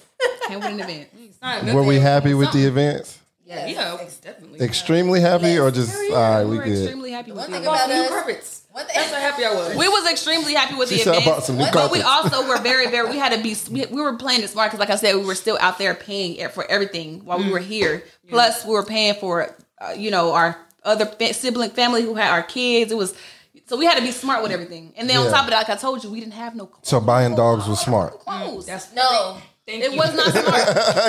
C: and with an event.
E: It's not
A: Were we
E: nothing.
A: happy with the advance?
D: yes.
E: Yeah, definitely.
A: Extremely happy, or just [LAUGHS] all right? We
C: were
A: good.
C: extremely happy with
D: One
C: the
D: thing
C: event.
D: about
E: New
D: us,
E: carpets.
D: one
E: That's how
D: thing,
E: happy I was.
C: We was extremely happy with
A: She
C: the
A: said I
C: event.
A: bought some new
C: But we
A: carpets.
C: also were very, very. We had to be. We, we were playing it smart because, like I said, we were still out there paying it for everything while
D: Mm.
C: we were here. Plus, we were paying for, uh, you know, our other fa- sibling family who had our kids. It was so we had to be smart with everything. And then on
A: Yeah.
C: top of that, like I told you, we didn't have no clothes.
A: So buying dogs was smart.
C: Clothes.
D: Mm,
E: That's
D: no,
E: Thank
C: it
E: you.
C: was
D: [LAUGHS]
C: not
A: [LAUGHS]
C: smart,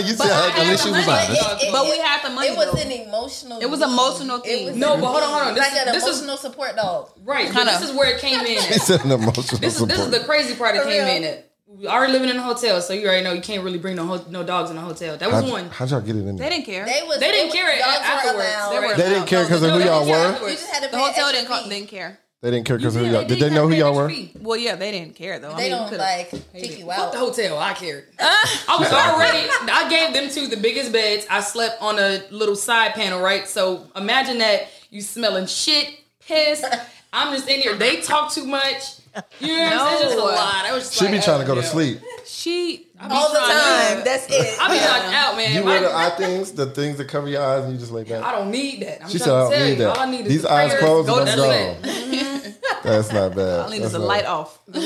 A: you see
C: But I
A: how
C: had
B: least she
C: the
B: was
C: money.
B: honest.
D: It- it-
C: But we had the money.
D: it was
C: though.
D: an emotional.
C: It was an emotional
D: It
C: thing.
D: was
E: No,
D: an-
E: but hold on, hold on. This
D: like
E: is-
D: an
E: this is-
D: emotional support dog.
E: [LAUGHS] right. but
C: Kinda.
E: This is where it came in. [LAUGHS]
A: It's an emotional
E: This is this is
A: support.
E: the crazy part that
D: For
E: came
D: real.
E: in. It. We already living in a hotel, so you already know you can't really bring no ho- no dogs in a hotel. That was
A: How'd,
E: one.
A: how'd y'all get it in
C: They
A: there?
C: didn't care.
D: They was
E: They didn't
D: was-
E: care it
D: dogs weren't
E: afterwards.
D: allowed.
E: They were-
A: They didn't care because of who y'all were.
D: You just had to
C: The
D: pay an
C: hotel
D: extra
C: didn't call,
D: fee.
C: didn't care.
A: They didn't care because of who
E: Yeah,
A: y'all. Did they
E: have
A: know who
E: to pay
A: y'all
E: extra
A: were?
E: fee.
C: Well, yeah, they didn't care though. I
D: They
C: mean, we
D: don't
C: could've-
D: like kick you
E: Fuck
D: out.
E: the hotel. I cared. I was already. I gave them two the biggest beds. I slept on a little side panel, right? So imagine that you smelling shit, piss. I'm just in here. They talk too much. You know, what I'm saying? It's just a
C: No.
E: lot. I was just
A: She
E: like,
A: be trying to go to
E: oh, yeah.
A: sleep.
C: she.
D: all the
E: trying to-
D: time. That's it. [LAUGHS]
E: I be knocked out, man.
A: You
E: My-
A: wear the eye things, the things that cover your eyes, and you just lay back.
E: I don't need that. I'm
A: She said,
E: trying
A: "I
E: to
A: don't
E: tell
A: need
E: you,
A: that.
E: all I need is
A: These
E: the
A: eyes
E: prayers.
A: closed
E: Go
A: and
E: to
A: I'm
E: sleep.
A: gone."
E: [LAUGHS]
A: That's not bad.
C: All I need is
A: That's
C: a
A: not-
C: light off.
A: But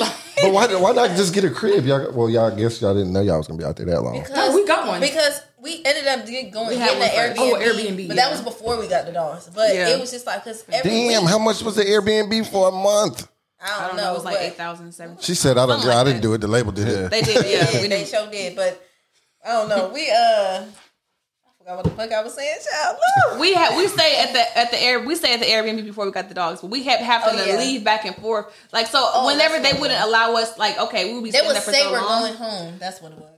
A: why, why not just get a crib? Y'all, well, y'all I guess y'all didn't know y'all was gonna be out there that long.
E: No, we got one.
D: because we ended up get- going
E: had
D: getting an
E: one
D: Airbnb.
E: first. Oh, Airbnb,
D: but
E: yeah.
D: that was before we got the dogs. But
C: Yeah.
D: it was just like because every
A: Damn,
D: week,
A: how much was the Airbnb for a month?
D: I, don't
C: I don't
D: know,
C: know. It
D: [LAUGHS]
C: was like
D: but
C: eight thousand seven.
A: She said, "I don't.
C: Something like
A: I didn't
C: that.
A: do it. The label did it."
C: They did. Yeah,
D: [LAUGHS]
C: we
D: they
C: did.
D: sure did. But I don't know. We uh, I forgot what the fuck I was saying. [LAUGHS] Child, Look.
C: We had we stayed at the at the air we stayed at the Airbnb before we got the dogs, but we kept having
D: Oh,
C: to
D: yeah.
C: leave back and forth. Like so,
D: Oh,
C: whenever
D: that's
C: they
D: right.
C: wouldn't allow us, like okay, we would be
D: they
C: sitting
D: would
C: there for
D: say
C: so
D: we're
C: long.
D: going home. That's what it was.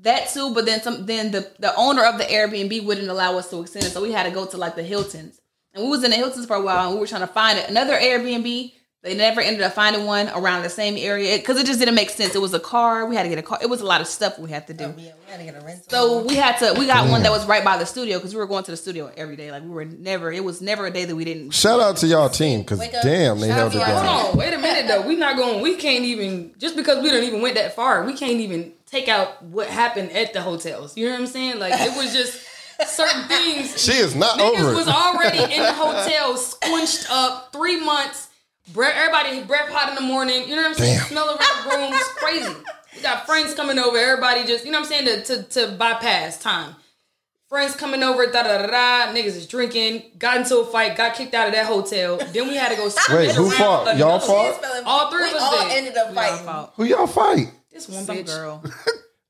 C: That too, but then some. Then the the owner of the Airbnb wouldn't allow us to extend it, so we had to go to like the Hiltons, and we was in the Hiltons for a while, and we were trying to find another Airbnb. They never ended up finding one around the same area because it just didn't make sense. It was a car. We had to get a car. It was a lot of stuff we had to do.
D: Yeah, we had to get a rental.
C: So we had to. We got one that was right by the studio because we were going to the studio every day. Like we were never. It was never a day that we didn't.
A: Shout out to y'all team because
D: Wake up.
A: damn, they
D: Shout
A: held
D: out
A: it
D: to y'all
A: down.
E: Hold on, wait a minute though. We not going. We can't even just because we don't even went that far. We can't even take out what happened at the hotels. You know what I'm saying? Like it was just certain things.
A: She is not
E: Niggas
A: over
E: was
A: it.
E: already in the hotel, squinched up three months. Breath, everybody breath hot in the morning. You know what I'm saying?
A: Damn.
E: Smell around the rooms, crazy. We got friends coming over. Everybody just you know what I'm saying to to, to bypass time. Friends coming over, da da da da. Niggas is drinking. Got into a fight. Got kicked out of that hotel. Then we had to go.
A: Wait, who
E: around
A: fought? Y'all
E: another-
A: fought?
E: All three
D: we
E: of us
D: all
E: did.
D: ended up
C: Our
D: fighting.
C: fault.
A: Who y'all fight?
E: This one
C: Some
E: bitch.
C: girl.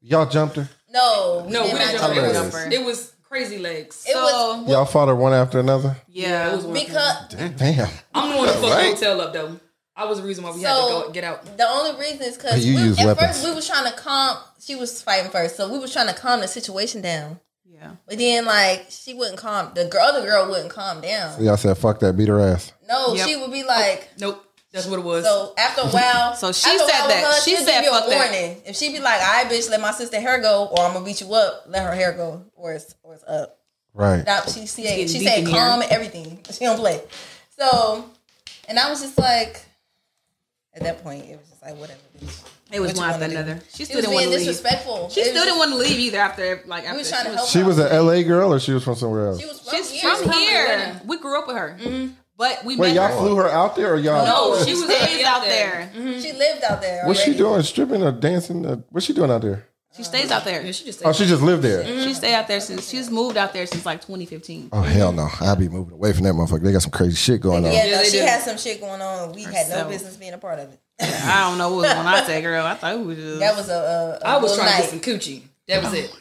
A: Y'all jumped her.
D: No, we
E: No, we
D: did not
E: didn't jump.
D: do
E: It
D: it.
A: Hilarious.
E: was, it was crazy legs.
D: It
C: So-
D: was
A: Y'all fought her one after another.
C: Yeah.
E: It was one.
D: because
A: Damn.
E: I'm the one who fucked
A: Right.
E: the hotel up though. I was the reason why we had
D: So-
E: to go get out.
D: The only reason is because
A: You use
D: at
A: weapons.
D: first we was trying to calm. She was fighting first, so we was trying to calm the situation down.
C: yeah.
D: But then, like, she wouldn't calm. The girl, the girl wouldn't calm down.
A: Y'all said, "Fuck that, beat her ass."
D: No,
C: Yep. Oh.
D: she would be like.
E: Nope, that's what it was.
D: So after a while,
C: So she
D: after a
C: said
D: while with
C: that. She
D: she'll
C: said,
D: give you a
C: "Fuck that."
D: warning. If she be like, "All right, bitch, let my sister hair go, or I'm gonna beat you up. Let her hair go, or it's or it's up."
A: Right.
D: That she said
C: getting
D: she
C: deep
D: said
C: in here.
D: calm and everything. She don't play. So, and I was just like, at that point, it was just like whatever. Bitch.
C: It was
D: What you
C: one after
D: wanna do?
C: another. She
D: She
C: still
D: was
C: didn't want
D: being
C: to leave.
D: disrespectful.
C: She still didn't want to leave either. After like after
D: We was
C: she
D: trying to
C: was-
D: help.
A: She was an LA girl, or she was from somewhere else.
D: She was
C: Oh,
D: from
C: She's
D: here.
C: from here.
E: Atlanta.
C: We grew up with her, but we
A: Wait,
C: met
A: y'all
C: her.
A: flew her out there, or y'all?
E: No,
C: She
E: She
C: was
E: was
C: stays
E: already
C: out
E: out
C: there.
E: there.
D: She lived out there.
A: What's she
D: already.
A: doing? Stripping or dancing? Or, what's she doing out there?
C: She stays out there.
E: Yeah, she just
A: Oh, she just lived there.
D: Mm-hmm.
C: She stayed out there since she's moved out there since like 2015.
A: Oh hell no! I'll be moving away from that motherfucker. They got some crazy shit going on.
D: Yeah,
E: Yeah,
D: no,
E: they
D: she
E: do.
D: had some shit going on. We had no
C: Herself.
D: business being a part of it.
C: I don't know what was on out there, girl. I thought we just
D: That was a. a, a
E: I was
D: little
E: trying
D: night.
E: to get some coochie. That was it.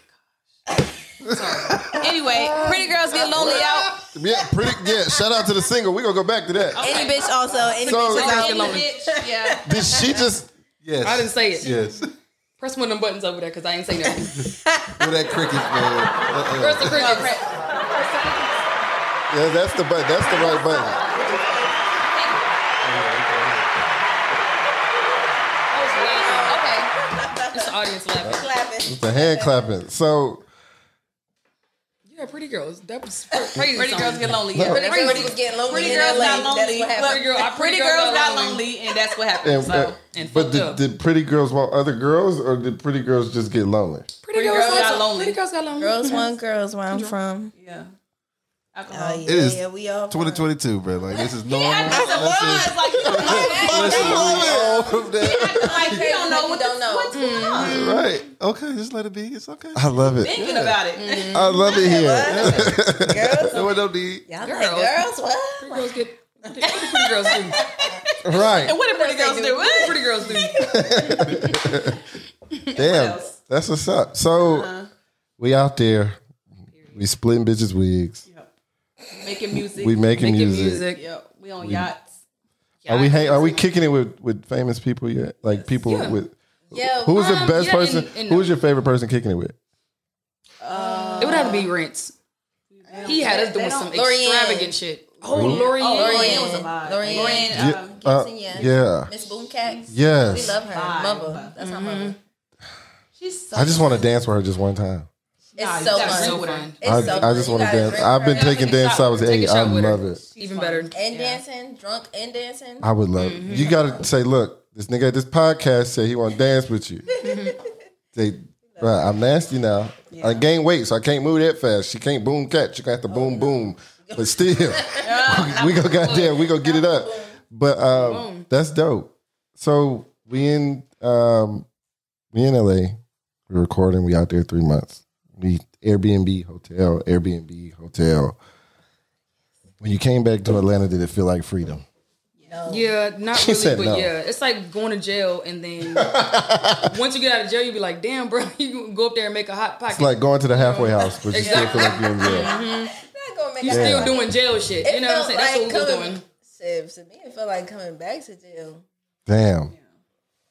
C: anyway. Pretty girls get lonely out.
A: Yeah, pretty. Yeah, shout out to the single. We gonna go back to that.
D: Any bitch also. Any
A: So-
D: bitch is out
E: Get lonely.
C: Bitch, yeah.
A: Did she just?
B: Yes.
E: I didn't say it.
B: Yes. With
E: Press one of them buttons over there because I ain't say nothing.
B: that crickets, man. Uh-uh.
E: Press the crickets.
A: Yeah, that's the button. That's the right button.
E: I was laughing. Okay. It's the audience laughing.
D: clapping.
A: The hand clapping. So
E: Yeah, pretty girls. That was crazy.
C: Pretty girls get lonely. Yeah.
D: Pretty
C: Pretty,
D: girls was getting lonely.
C: pretty
D: in
C: girls
D: LA.
C: got lonely.
D: That's what happened.
C: Pretty, girl,
E: I-
C: pretty
E: pretty
C: girls
E: girl got
C: got lonely, and that's what
A: and,
C: happens.
A: uh,
C: So
E: and
A: but
E: fucked
A: did,
E: up.
A: did pretty girls want other girls, or did pretty girls just get lonely?
E: Pretty
C: girls
E: girls
C: got
E: got
C: lonely.
E: lonely. Pretty girls got lonely.
D: Girls want girls where I'm from.
C: yeah,
D: Oh,
C: alcohol.
D: yeah,
B: It is
D: yeah, we all.
B: 2022, bro. Like this is normal.
C: I think the
B: This is-
C: ones, [LAUGHS] like you don't know,
B: this is all
A: [LAUGHS]
B: of that.
C: like you don't know Mm-hmm. what
D: Don't
C: the,
D: know.
C: what's going on.
A: Right.
B: Okay, just let it be. It's okay.
A: I love it.
C: Thinking about it.
A: I love it here.
D: Girls,
B: No, no need.
D: y'all like
E: Girls.
D: girls. What?
E: Pretty girls get. What do pretty girls do?
A: Right.
C: What do pretty girls do?
E: What do pretty girls do?
A: Damn.
C: else?
A: That's what's up. So we out there. We splitting bitches wigs.
C: Making music.
A: We making
E: Making
A: music.
E: music.
C: Yep. We on yachts.
A: Are we hang, are we kicking it with with famous people yet? Like people with
D: Yeah,
A: who's the
E: Um,
A: best
E: yeah,
A: person?
E: and- and-
A: who's your favorite person kicking it with?
E: It would have to be Rents. He had us doing some
D: Lorianne.
E: extravagant shit. Oh, Lorianne.
D: Lorianne
C: was a vibe.
D: Lorianne.
C: Lorianne,
A: Ye-
C: um,
A: uh,
D: Gibson, yeah.
A: yeah.
D: Miss Boomcats.
A: Yes.
D: We love her.
C: Vibe.
D: Mother. That's
E: Mm-hmm.
D: our mother.
C: she's so
A: I just want to dance with her just one time.
D: It's
C: Nah, you
D: so
C: gotta
D: fun.
E: So
C: drink with her.
E: fun.
D: It's
A: I,
D: so
A: I
D: fun.
A: just
D: You
A: want to
D: gotta
A: dance.
D: drink
A: I've
D: her
A: been
D: up.
A: taking
E: Take a
A: dance since I
E: shot.
A: was
E: Take a
A: eight. I
E: shot with her.
A: love it.
E: Even better.
D: and dancing, drunk and dancing.
A: I would love it. You gotta say, look, this nigga at this podcast said he want to dance with you. they, bruh, I'm nasty now. I gained weight, so I can't move that fast. She can't boom catch. She got to boom boom, but still, [LAUGHS] we go goddamn, we gonna get it up. But um, that's dope. So we in um, we in LA. We're recording. We out there three months. We Airbnb hotel, Airbnb hotel. When you came back to Atlanta, did it feel like freedom?
E: Yeah, not
A: She
E: really,
A: said
E: but
A: no.
E: yeah, it's like going to jail and
A: [LAUGHS]
E: then once you get out of jail, you be like, damn, bro, [LAUGHS] you go up there and make a hot pocket.
A: It's like going to the halfway house, but you still feel like you're in jail.
D: Not gonna make
E: you
D: it
E: still
D: happen.
E: doing jail shit.
D: It
E: you know what I'm
D: felt
E: saying? That's what we was
D: coming-
E: doing.
D: Sib, to me, it felt like coming back to jail.
A: Damn.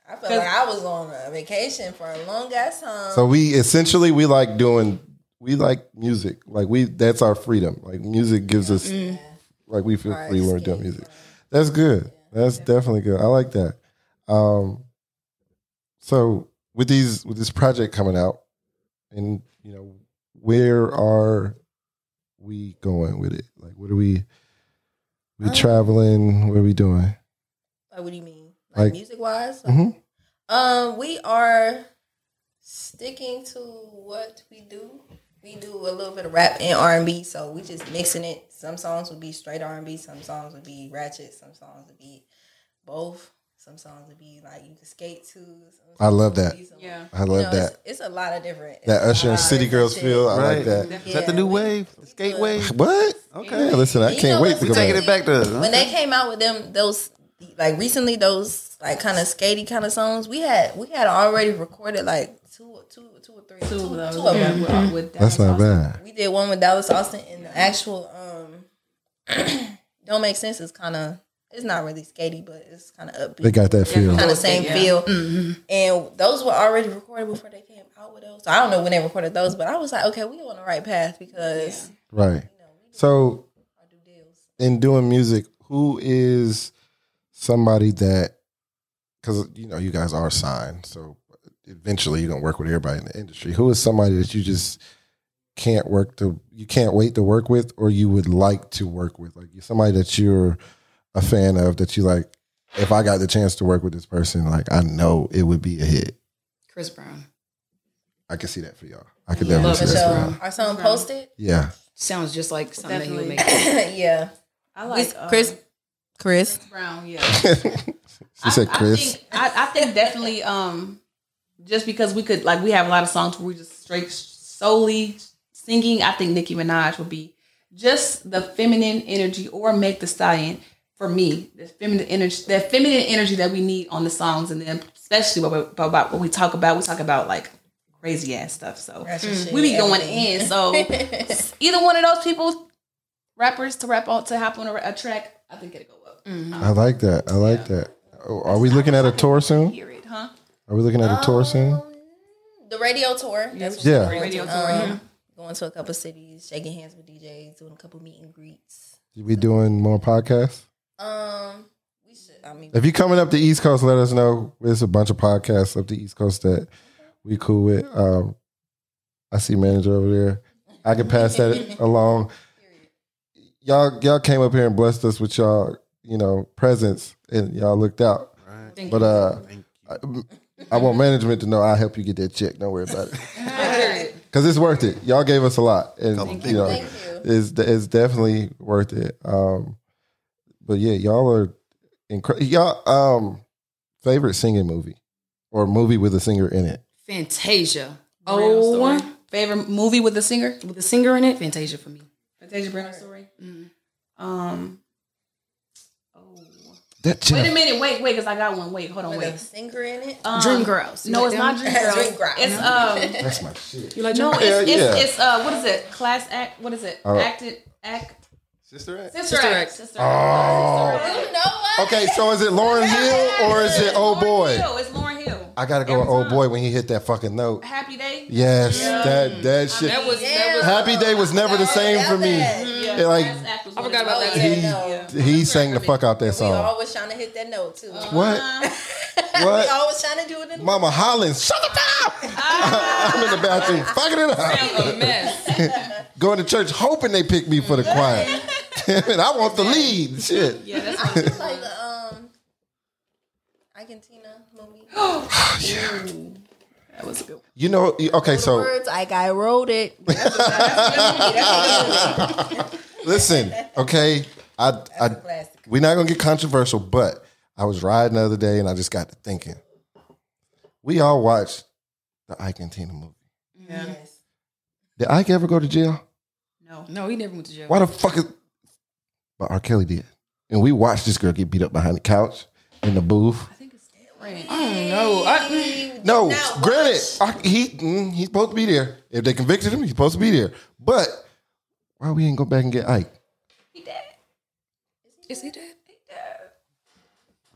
D: I felt like I was on a vacation for a long ass time.
A: So we essentially we like doing we like music. Like we that's our freedom. Like music gives us like we feel free when we're doing music. That's good. That's definitely good. I like that. Um so with these with this project coming out and you know where are we going with it? Like what are we we traveling? What are we doing?
D: Like, what do you mean? Like,
A: Like-
D: music wise?
A: Mhm.
D: Um, we are sticking to what we do. We do a little bit of rap and R and B, so we just mixing it. Some songs would be straight R and B, some songs would be ratchet, some songs would be both. Some songs would be like you can skate to. Some
A: I love that.
C: Yeah.
A: I love that.
D: It's, it's a lot of different.
A: That
D: it's a
A: Usher and
D: lot of
A: City Girls
D: different
A: feel. I
B: Right.
A: like that.
B: Is that the new wave? The skate wave?
A: What?
B: Okay.
A: Yeah, listen, I
D: You
A: can't
D: know
A: wait
D: what's
A: to go
B: Taking
A: back.
B: it back to
D: when they came out with them those like recently those like kind of skatey kind of songs we had we had already recorded like two two two or three
C: Two
D: two-
C: of those.
D: two of
C: yeah,
D: them
C: with- with
A: That's
C: Dallas
A: not
C: Austin.
A: bad.
D: we did one with Dallas Austin and the actual um [CLEARS THROAT] don't make sense is kind of it's not really skatey but it's kind of upbeat
A: They got that feel.
D: kind of same feel.
C: Mm-hmm.
D: And those were already recorded before they came out with those. So I don't know when they recorded those, but I was like, okay, we on the right path because
A: Right. So, in doing music, who is somebody that, because you know you guys are signed, so eventually you're gonna work with everybody in the industry. Who is somebody that you just can't work to, you can't wait to work with, or you would like to work with, like somebody that you're a fan of, that you like. If I got the chance to work with this person, like I know it would be a hit.
E: Chris Brown.
A: I can see that for y'all. I can
E: Love
A: definitely
D: for
A: see
E: it,
A: that for
D: sure.
A: y'all.
D: Our song posted,
A: Yeah. [LAUGHS]
E: Sounds just like something
C: Definitely.
E: that he would
D: [CLEARS THROAT]
E: make.
D: yeah.
C: I like um,
D: Chris, Chris,
C: Brown. Yeah.
A: she said,
C: I
A: Chris.
C: think I, I think definitely um just because we could like we have a lot of songs where we just straight solely singing. I think Nicki Minaj would be just the feminine energy or make the stallion for me. The feminine energy, that feminine energy that we need on the songs, and then especially what we, about what we talk about. We talk about like crazy ass stuff. So
D: Ratchet
C: we be
D: shit,
C: going
D: everything.
C: in. So
D: [LAUGHS]
C: s- either one of those people, rappers to rap on to hop on a, a track, I think it'll go up.
D: Mm.
A: I like that. I like that. Oh, Are we looking at a tour soon?
C: Hear it, huh?
A: Are we looking at a tour soon?
D: the radio tour. That's what
A: Yeah.
D: we're going
C: Radio
D: to.
C: tour,
D: Um,
C: yeah.
D: Going to a couple cities, shaking hands with DJs, doing a couple meet and greets.
A: We doing more podcasts?
D: Um, we should. I mean,
A: If you coming up the East Coast, let us know. There's a bunch of podcasts up the East Coast that we cool with. Um, I see manager over there. I can pass that along. Y'all, y'all came up here and blessed us with y'all, you know, presence, and y'all looked out.
E: Thank
A: But uh,
B: Thank
A: I, I want management to know I help you get that check. Don't worry about it,
D: [LAUGHS]
A: because it's worth it. Y'all gave us a lot, and
B: Couple
A: you
B: big
A: know,
D: thank you.
A: is is definitely worth it. Um, but yeah, y'all are incredible. Y'all um, favorite singing movie or movie with a singer in it?
E: Fantasia.
C: Real story.
E: Oh,
C: Favorite movie with a singer?
E: with the singer in it, Fantasia for me.
C: Fantasia Brown story. Um. Oh.
A: That
C: Wait a
A: chick.
C: minute. Wait, wait, because I got one. Wait, hold on.
D: With a
C: Wait.
D: singer in it.
C: Um,
E: Girls.
C: No, it's not Dream [LAUGHS] Girls.
D: Dream Girls.
C: It's um.
A: That's my shit.
E: You like
C: No,
E: Dream
A: Yeah,
C: it's,
A: yeah.
C: it's, it's uh. What is it? Class act. What is it?
A: Uh,
C: Acted act.
B: Sister Act.
C: Sister,
E: Sister
C: act.
E: Act.
C: Sister
A: Oh.
C: act.
D: You know what?
A: Okay, so is it Lauren Hill or is it Oh Boy?
C: Hill. It's Lauren Hill.
A: I gotta go with Oh Boy when he hit that fucking note.
C: Happy Day.
A: Yes, that that shit.
E: That was that
D: Yeah.
E: was
A: Happy Day was never the same for me.
D: Mm-hmm.
C: Yeah,
A: It like-
C: Class Act was
E: I
C: what
E: forgot
C: it
E: about
C: was.
E: that.
D: Yeah,
A: He-
D: no.
A: He sang the fuck out that
D: We
A: song.
D: always trying to hit that note too.
A: What?
D: [LAUGHS] we
A: What?
D: always trying to do it in
A: Mama Hollins, shut the fuck up!
D: Ah.
A: [LAUGHS] I'm in the bathroom, fucking it up.
E: a
C: [LAUGHS]
E: mess.
A: going to church hoping they pick me for the
D: [LAUGHS]
A: choir. Damn it, I want the lead. Shit.
C: Yeah, that's
D: like the um Argentina movie.
C: [LAUGHS] that was a good. One.
A: You know, okay, so
D: Words like I
A: [LAUGHS]
D: wrote it.
A: listen, okay, I, I,
D: Classic.
A: we're not gonna get controversial, but I was riding the other day and I just got to thinking. We all watched the Ike and Tina movie.
D: Yes.
A: Did Ike ever go to jail?
C: No.
E: No, he never went to jail.
A: Why the fuck is? But R. Kelly did, and we watched this girl get beat up behind the couch in the booth.
C: I think it's different.
E: No, I,
A: No,
D: Now,
A: granted, I, he mm, he's supposed to be there. If they convicted him, he's supposed to be there. But why we ain't go back and get Ike?
C: He dead.
E: is he dead?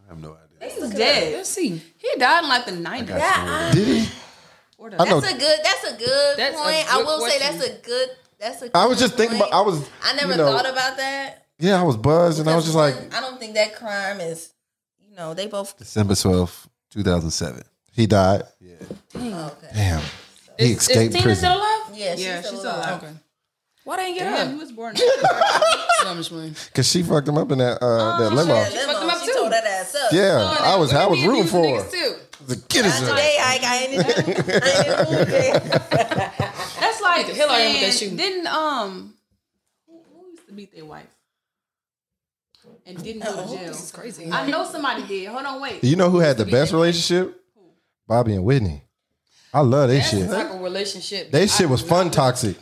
B: I have no idea.
C: He's dead.
E: Let's see.
C: He died in like the nineties.
D: Yeah,
A: Did he?
C: Or
A: I
C: the
A: know.
D: that's a good. That's a good
E: That's a
D: point. I
E: good
D: will say
E: question.
D: that's a good. That's a. Good
A: I was just thinking about.
D: point.
A: I was.
D: I never
A: you know,
D: thought about that.
A: Yeah, I was buzzed, and I was just like,
D: I don't think that crime is. You know, they both.
B: December twelfth, two thousand seven.
A: he died.
D: Oh, Okay.
A: Damn, he
E: Is-
A: escaped
E: is Tina
A: prison.
E: still alive?
D: Yeah, she's,
C: Yeah,
D: still
C: she's
D: alive.
E: Okay. Why didn't he get
C: Damn, he
E: up?
A: [LAUGHS]
C: was born.
E: No, I'm just playing.
A: Cause she fucked him up in that uh,
D: Oh,
A: that limo.
D: Yeah,
E: fucked
D: limo,
E: him up
D: she
E: too.
D: tore that ass up.
A: Yeah, I was. I was
E: Women
A: rooting for her.
E: abuse niggas too.
A: The kid is her.
D: Today I, I ended up. I
A: [LAUGHS]
D: ended up moving.
C: That's like
E: the hell I am with that
C: saying,
E: shoe.
C: Didn't um, who, who used to beat their wife and didn't go to jail?
E: It's Oh, crazy.
C: I know somebody did. Hold on, wait.
A: You know who had the best relationship? Bobby and Whitney. I love that shit.
E: It's like a relationship.
A: They shit was fun toxic.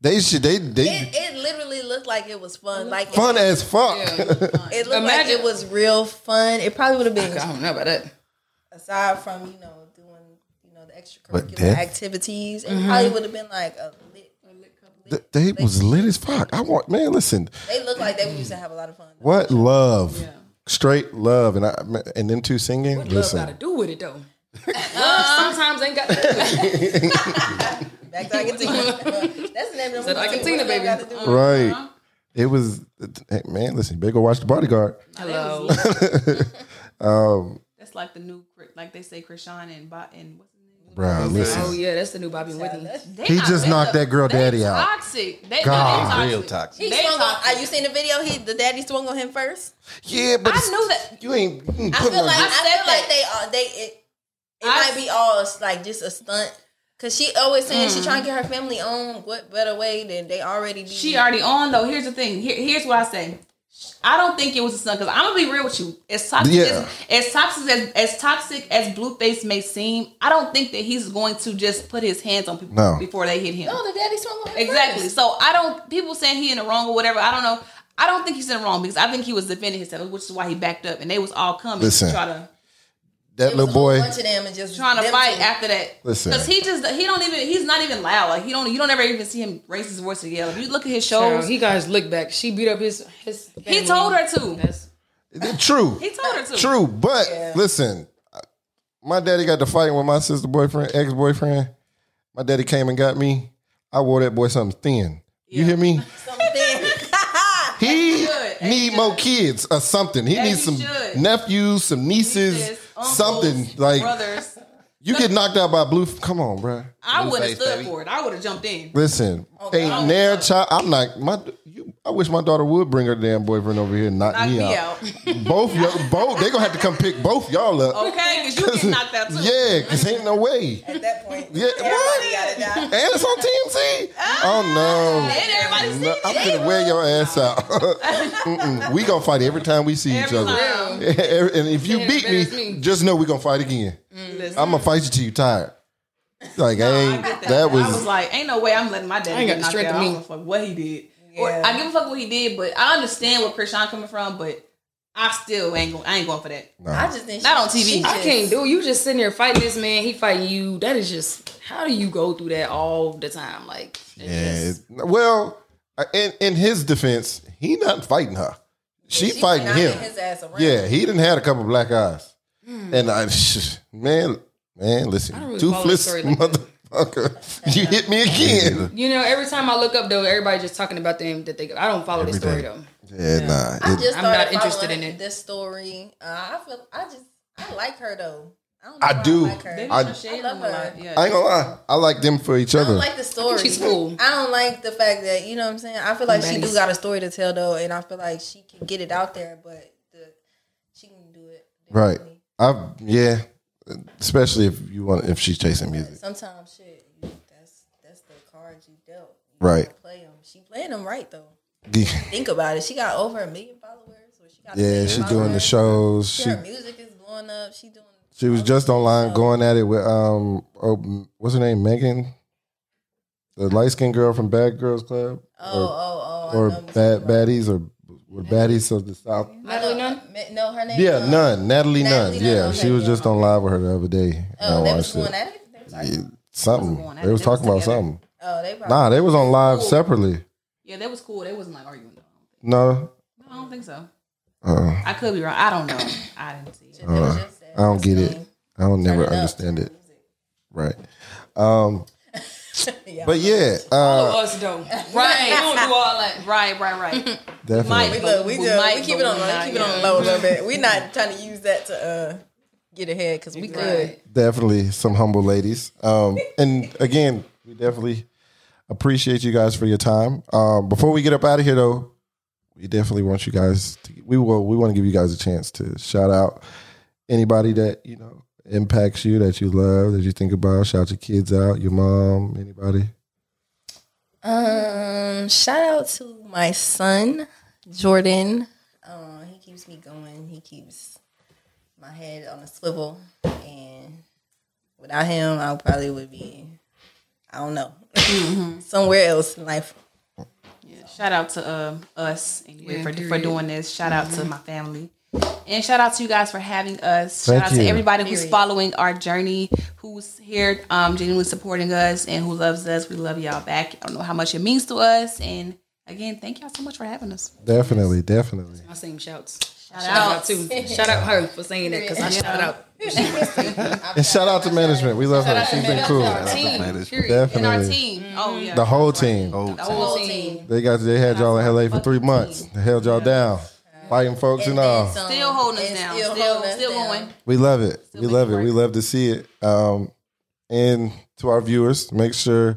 A: They shit. They
D: It,
A: they
D: it literally looked like it was fun. Like
A: fun as fuck.
D: It looked
E: Imagine-
D: like it was real fun. It probably would have
E: I
D: been
E: don't know about that.
D: aside from you know doing you know the
B: But
D: extracurricular
B: death?
D: activities. It
E: Mm-hmm.
D: probably would have been like a lit.
A: Th- They was lit as fuck. I want man. Listen,
D: They looked like they used to have a lot of fun.
A: what love? Straight love, and I and them two singing.
E: Love
A: listen,
E: got to do with it though. Love sometimes ain't got to do with it.
D: Back to Argentina. [LAUGHS] That's the name of the
E: Said
D: movie.
E: Argentina,
D: What they
E: baby.
D: got to do with it?
A: right? It was hey, man. Listen, better go watch the bodyguard.
E: Hello.
C: That's like the new, Chri- like they say, Krishan and Bo- and what's his name?
A: Bro,
E: Oh
A: listen,
E: yeah, that's the new Bobby and Whitney.
C: They
A: he
C: are-
A: just
C: they
A: knocked
C: are-
A: that girl
C: they
A: daddy out.
C: Toxic. They,
A: God.
C: God,
B: Real toxic.
D: He
C: They
D: swung on.
C: talking.
D: Are you seen the video? He the daddy swung on him first.
A: Yeah, but
C: I
A: it's-
C: knew that.
A: you ain't you ain't
D: I
A: putting
D: feel
A: on.
D: like
A: Like,
D: I
C: said
D: feel
C: that.
D: like they are they. It, it
C: I-
D: might be all like just a stunt. Cause she always saying she trying to get her family on. What better way than they already be?
C: She already on though. Here's the thing. Here, here's what I say. I don't think it was the sun because I'm gonna be real with you. As toxic
A: Yeah.
C: as, as toxic as, as toxic as Blueface may seem, I don't think that he's going to just put his hands on people
A: No.
C: before they hit him.
D: No, the daddy swung on him
C: Exactly.
D: first.
C: So I don't. People saying he in the wrong or whatever. I don't know. I don't think he's in the wrong because I think he was defending himself, which is why he backed up, and they was all coming
A: Listen.
C: to try to
A: That
D: It was
A: little
D: a
A: boy.
D: whole bunch of them and just
C: trying to
D: them
C: fight
D: two.
C: after that.
A: Listen.
C: because he just he don't even he's not even loud. Like he don't you don't ever even see him raise his voice and yell. If you look at his
E: Girl,
C: shows,
E: he got his lick back. She beat up his. his
C: he told her to.
E: That's,
A: True.
C: He told her to.
A: True. But listen, my daddy got to fight with my sister boyfriend, ex boyfriend. My daddy came and got me. I wore that boy something thin. You hear me? He
C: should. And
A: need more kids or something. He
C: And
A: needs
C: he
A: some
C: should.
A: nephews, some nieces,
C: Sis, uncles,
A: something like
C: brothers.
A: you get knocked out by blue. Come on, bruh.
C: I would have
B: Blueface,
C: stood
B: baby.
C: for it. I would have jumped in.
A: Listen,
C: Oh,
A: ain't their child. I'm like my. You, I wish my daughter would bring her damn boyfriend over here and knock,
C: Knock
A: me,
C: me
A: out. both y'all, both they gonna have to come pick both y'all
C: [LAUGHS]
A: up.
C: Okay,
A: [LAUGHS]
C: because you get knocked out too.
A: Yeah, cause ain't no way.
D: At that point,
C: [LAUGHS]
A: Yeah,
D: everybody
A: what?
D: gotta die.
A: And it's on TMZ. Oh
C: And Ah. everybody
A: no,
C: sees
A: no
C: it.
A: I'm gonna wear your ass out. [LAUGHS] Mm-mm. we gonna fight every time we see each
C: Every
A: other. [LAUGHS]
C: time.
A: and if you
E: They
A: beat
E: embarrass
A: me,
E: me.
A: just know we gonna fight again.
C: Listen,
A: I'm gonna fight you till you tired. Like, ain't
C: Mm-hmm. I get
A: that,
C: that.
A: was,
C: I was like, ain't no way I'm letting my
E: I
C: daddy
E: ain't
C: get
E: got
C: knocked out.
E: the strength
C: I
E: to
C: don't
E: me.
C: give a fuck what he did. Or
D: Yeah.
C: I give a fuck what he did, but I understand where Krishan coming from, but I still ain't going. I ain't going for that.
D: I just think
C: Not on
D: she-
C: TV.
D: she
E: I
D: just-
E: can't do. it. You just sitting there fighting this man. He fighting you. That is just. How do you go through that all the time? Like, it's
A: Yeah.
E: just-
A: Well, in in his defense, he not fighting her. She,
D: she
A: fighting
D: knocking
A: him.
D: His ass around.
A: Yeah, he didn't had a couple black eyes. And I, [LAUGHS] man, man, listen,
E: Hmm. don't really follow the
A: toothless
E: story like that.
A: motherfucker, [LAUGHS] you hit me again.
E: you know, every time I look up though, everybody just talking about them. That they. I don't follow the
A: day.
E: story though.
A: Yeah, nah.
D: I
A: it-
D: just
E: I'm
D: started
E: not interested
D: following
E: in it.
D: This story, uh, I feel. I just. I like her though. I, don't know
A: I
D: why
A: do.
D: I, like her.
A: I-
D: I
A: I
D: love her.
A: I ain't gonna lie, I like them for each other.
D: don't like the story.
E: she's cool.
D: I don't like the fact that you know what I'm saying. I feel like she do
E: Baddies.
D: got a story to tell though, and I feel like she can get it out there, but the, she can do it.
A: right?
D: differently.
A: I yeah, especially if you want if she's chasing music.
D: Sometimes shit. you- That's that's the cards you dealt. You
A: Right.
D: gotta Play them. She playing them right though.
A: [LAUGHS] Yeah,
D: Think about it. She got over a million followers. So she got a million
A: she doing the
D: followers.
A: shows. She
D: Her music is blowing up. She doing.
A: she was just online going at it with um, oh, what's her name, Megan, the light skinned girl from Bad Girls Club.
D: Oh, oh, oh.
A: or
D: I know you
A: bad baddies or were baddies of the south.
E: Natalie Nunn.
D: Ma- No, her name.
A: Yeah,
D: um,
A: none. Natalie, Nunn.
D: Natalie Nunn,
A: Yeah,
D: okay,
A: she was
D: yeah.
A: just on live with her the other day.
D: Oh,
A: and
D: they
A: I
D: was
A: watched
D: going
A: it.
D: at it. They was like,
A: Something
C: going at
A: they
C: it.
A: was
C: They
A: talking
C: was
A: about
C: together.
A: something.
D: Oh, they probably.
A: Nah, they was on live separately.
C: Yeah, they was cool. They wasn't like arguing. Though.
A: No,
C: No, I don't think so.
A: uh,
C: I could be wrong. I don't know. I didn't see it.
D: They was just
A: I don't get it. I don't never
D: it up.
A: understand it. Right. Um,
D: Yeah.
A: but yeah,
D: Oh,
A: uh,
E: Follow us though.
C: Right.
E: Right. We don't do all that.
C: Right, right, right.
A: definitely.
C: Mike.
D: Look, we,
C: We
D: do,
C: might,
D: we keep
C: but
D: it on
C: we
D: low.
C: not,
D: Keep it on
C: yeah.
D: low a little bit. We're not trying to use that to uh, get ahead because we could.
A: definitely some humble ladies. Um, and again, we definitely appreciate you guys for your time. Um, before we get up out of here, though, we definitely want you guys. To, we will. We want to give you guys a chance to shout out anybody that you know impacts you, that you love, that you think about. Shout your kids out, your mom, anybody.
D: Um, shout out to my son Jordan. Uh, he keeps me going. He keeps my head on a swivel, and without him, I probably would be, I don't know, [LAUGHS] somewhere else in life.
C: Shout out to um, us and you for, for doing this. Shout out to my family. And shout out to you guys for having us. Shout
A: Thank
C: out
A: you.
C: to everybody who's following our journey, who's here um, genuinely supporting us and who loves us. We love y'all back. I don't know how much it means to us. And again, thank y'all so much for having us.
A: Definitely, definitely.
E: My same shouts. Shout,
C: out.
E: out. too. Shout out her for saying that because I shout out
A: And shout out to management. We love her. She's been cool.
E: our team.
B: Management.
E: Period.
C: And our
A: Definitely,
C: team. Oh, yeah.
A: the whole team.
B: Oh,
C: The whole team.
A: They got they had y'all in LA for three months. They held y'all down, fighting folks and all.
C: Still holding us down. Still, still, going.
A: We love it. we love it. We love to see it. Um, and to our viewers, make sure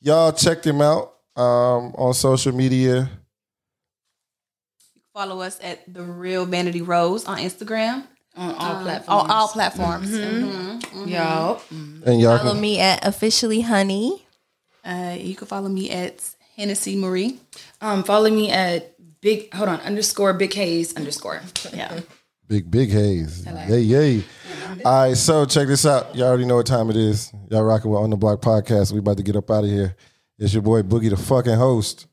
A: y'all check them out um, on social media.
C: Follow us at The Real Vanity Rose on Instagram.
E: on all platforms.
C: On all platforms. Mhm.
E: Y'all.
A: And y'all
D: Follow
A: can,
D: me at officially honey.
C: Uh, you can follow me at Hennessy Marie.
E: Um, follow me at big hold on underscore big haze underscore. Yeah.
A: Big big haze. Yay yay. All right, so check this out. Y'all already know what time it is. Y'all rocking with on the block podcast. We about to get up out of here. It's your boy Boogie, the fucking host,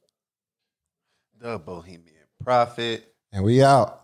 B: The Bohemian Prophet.
A: and we out.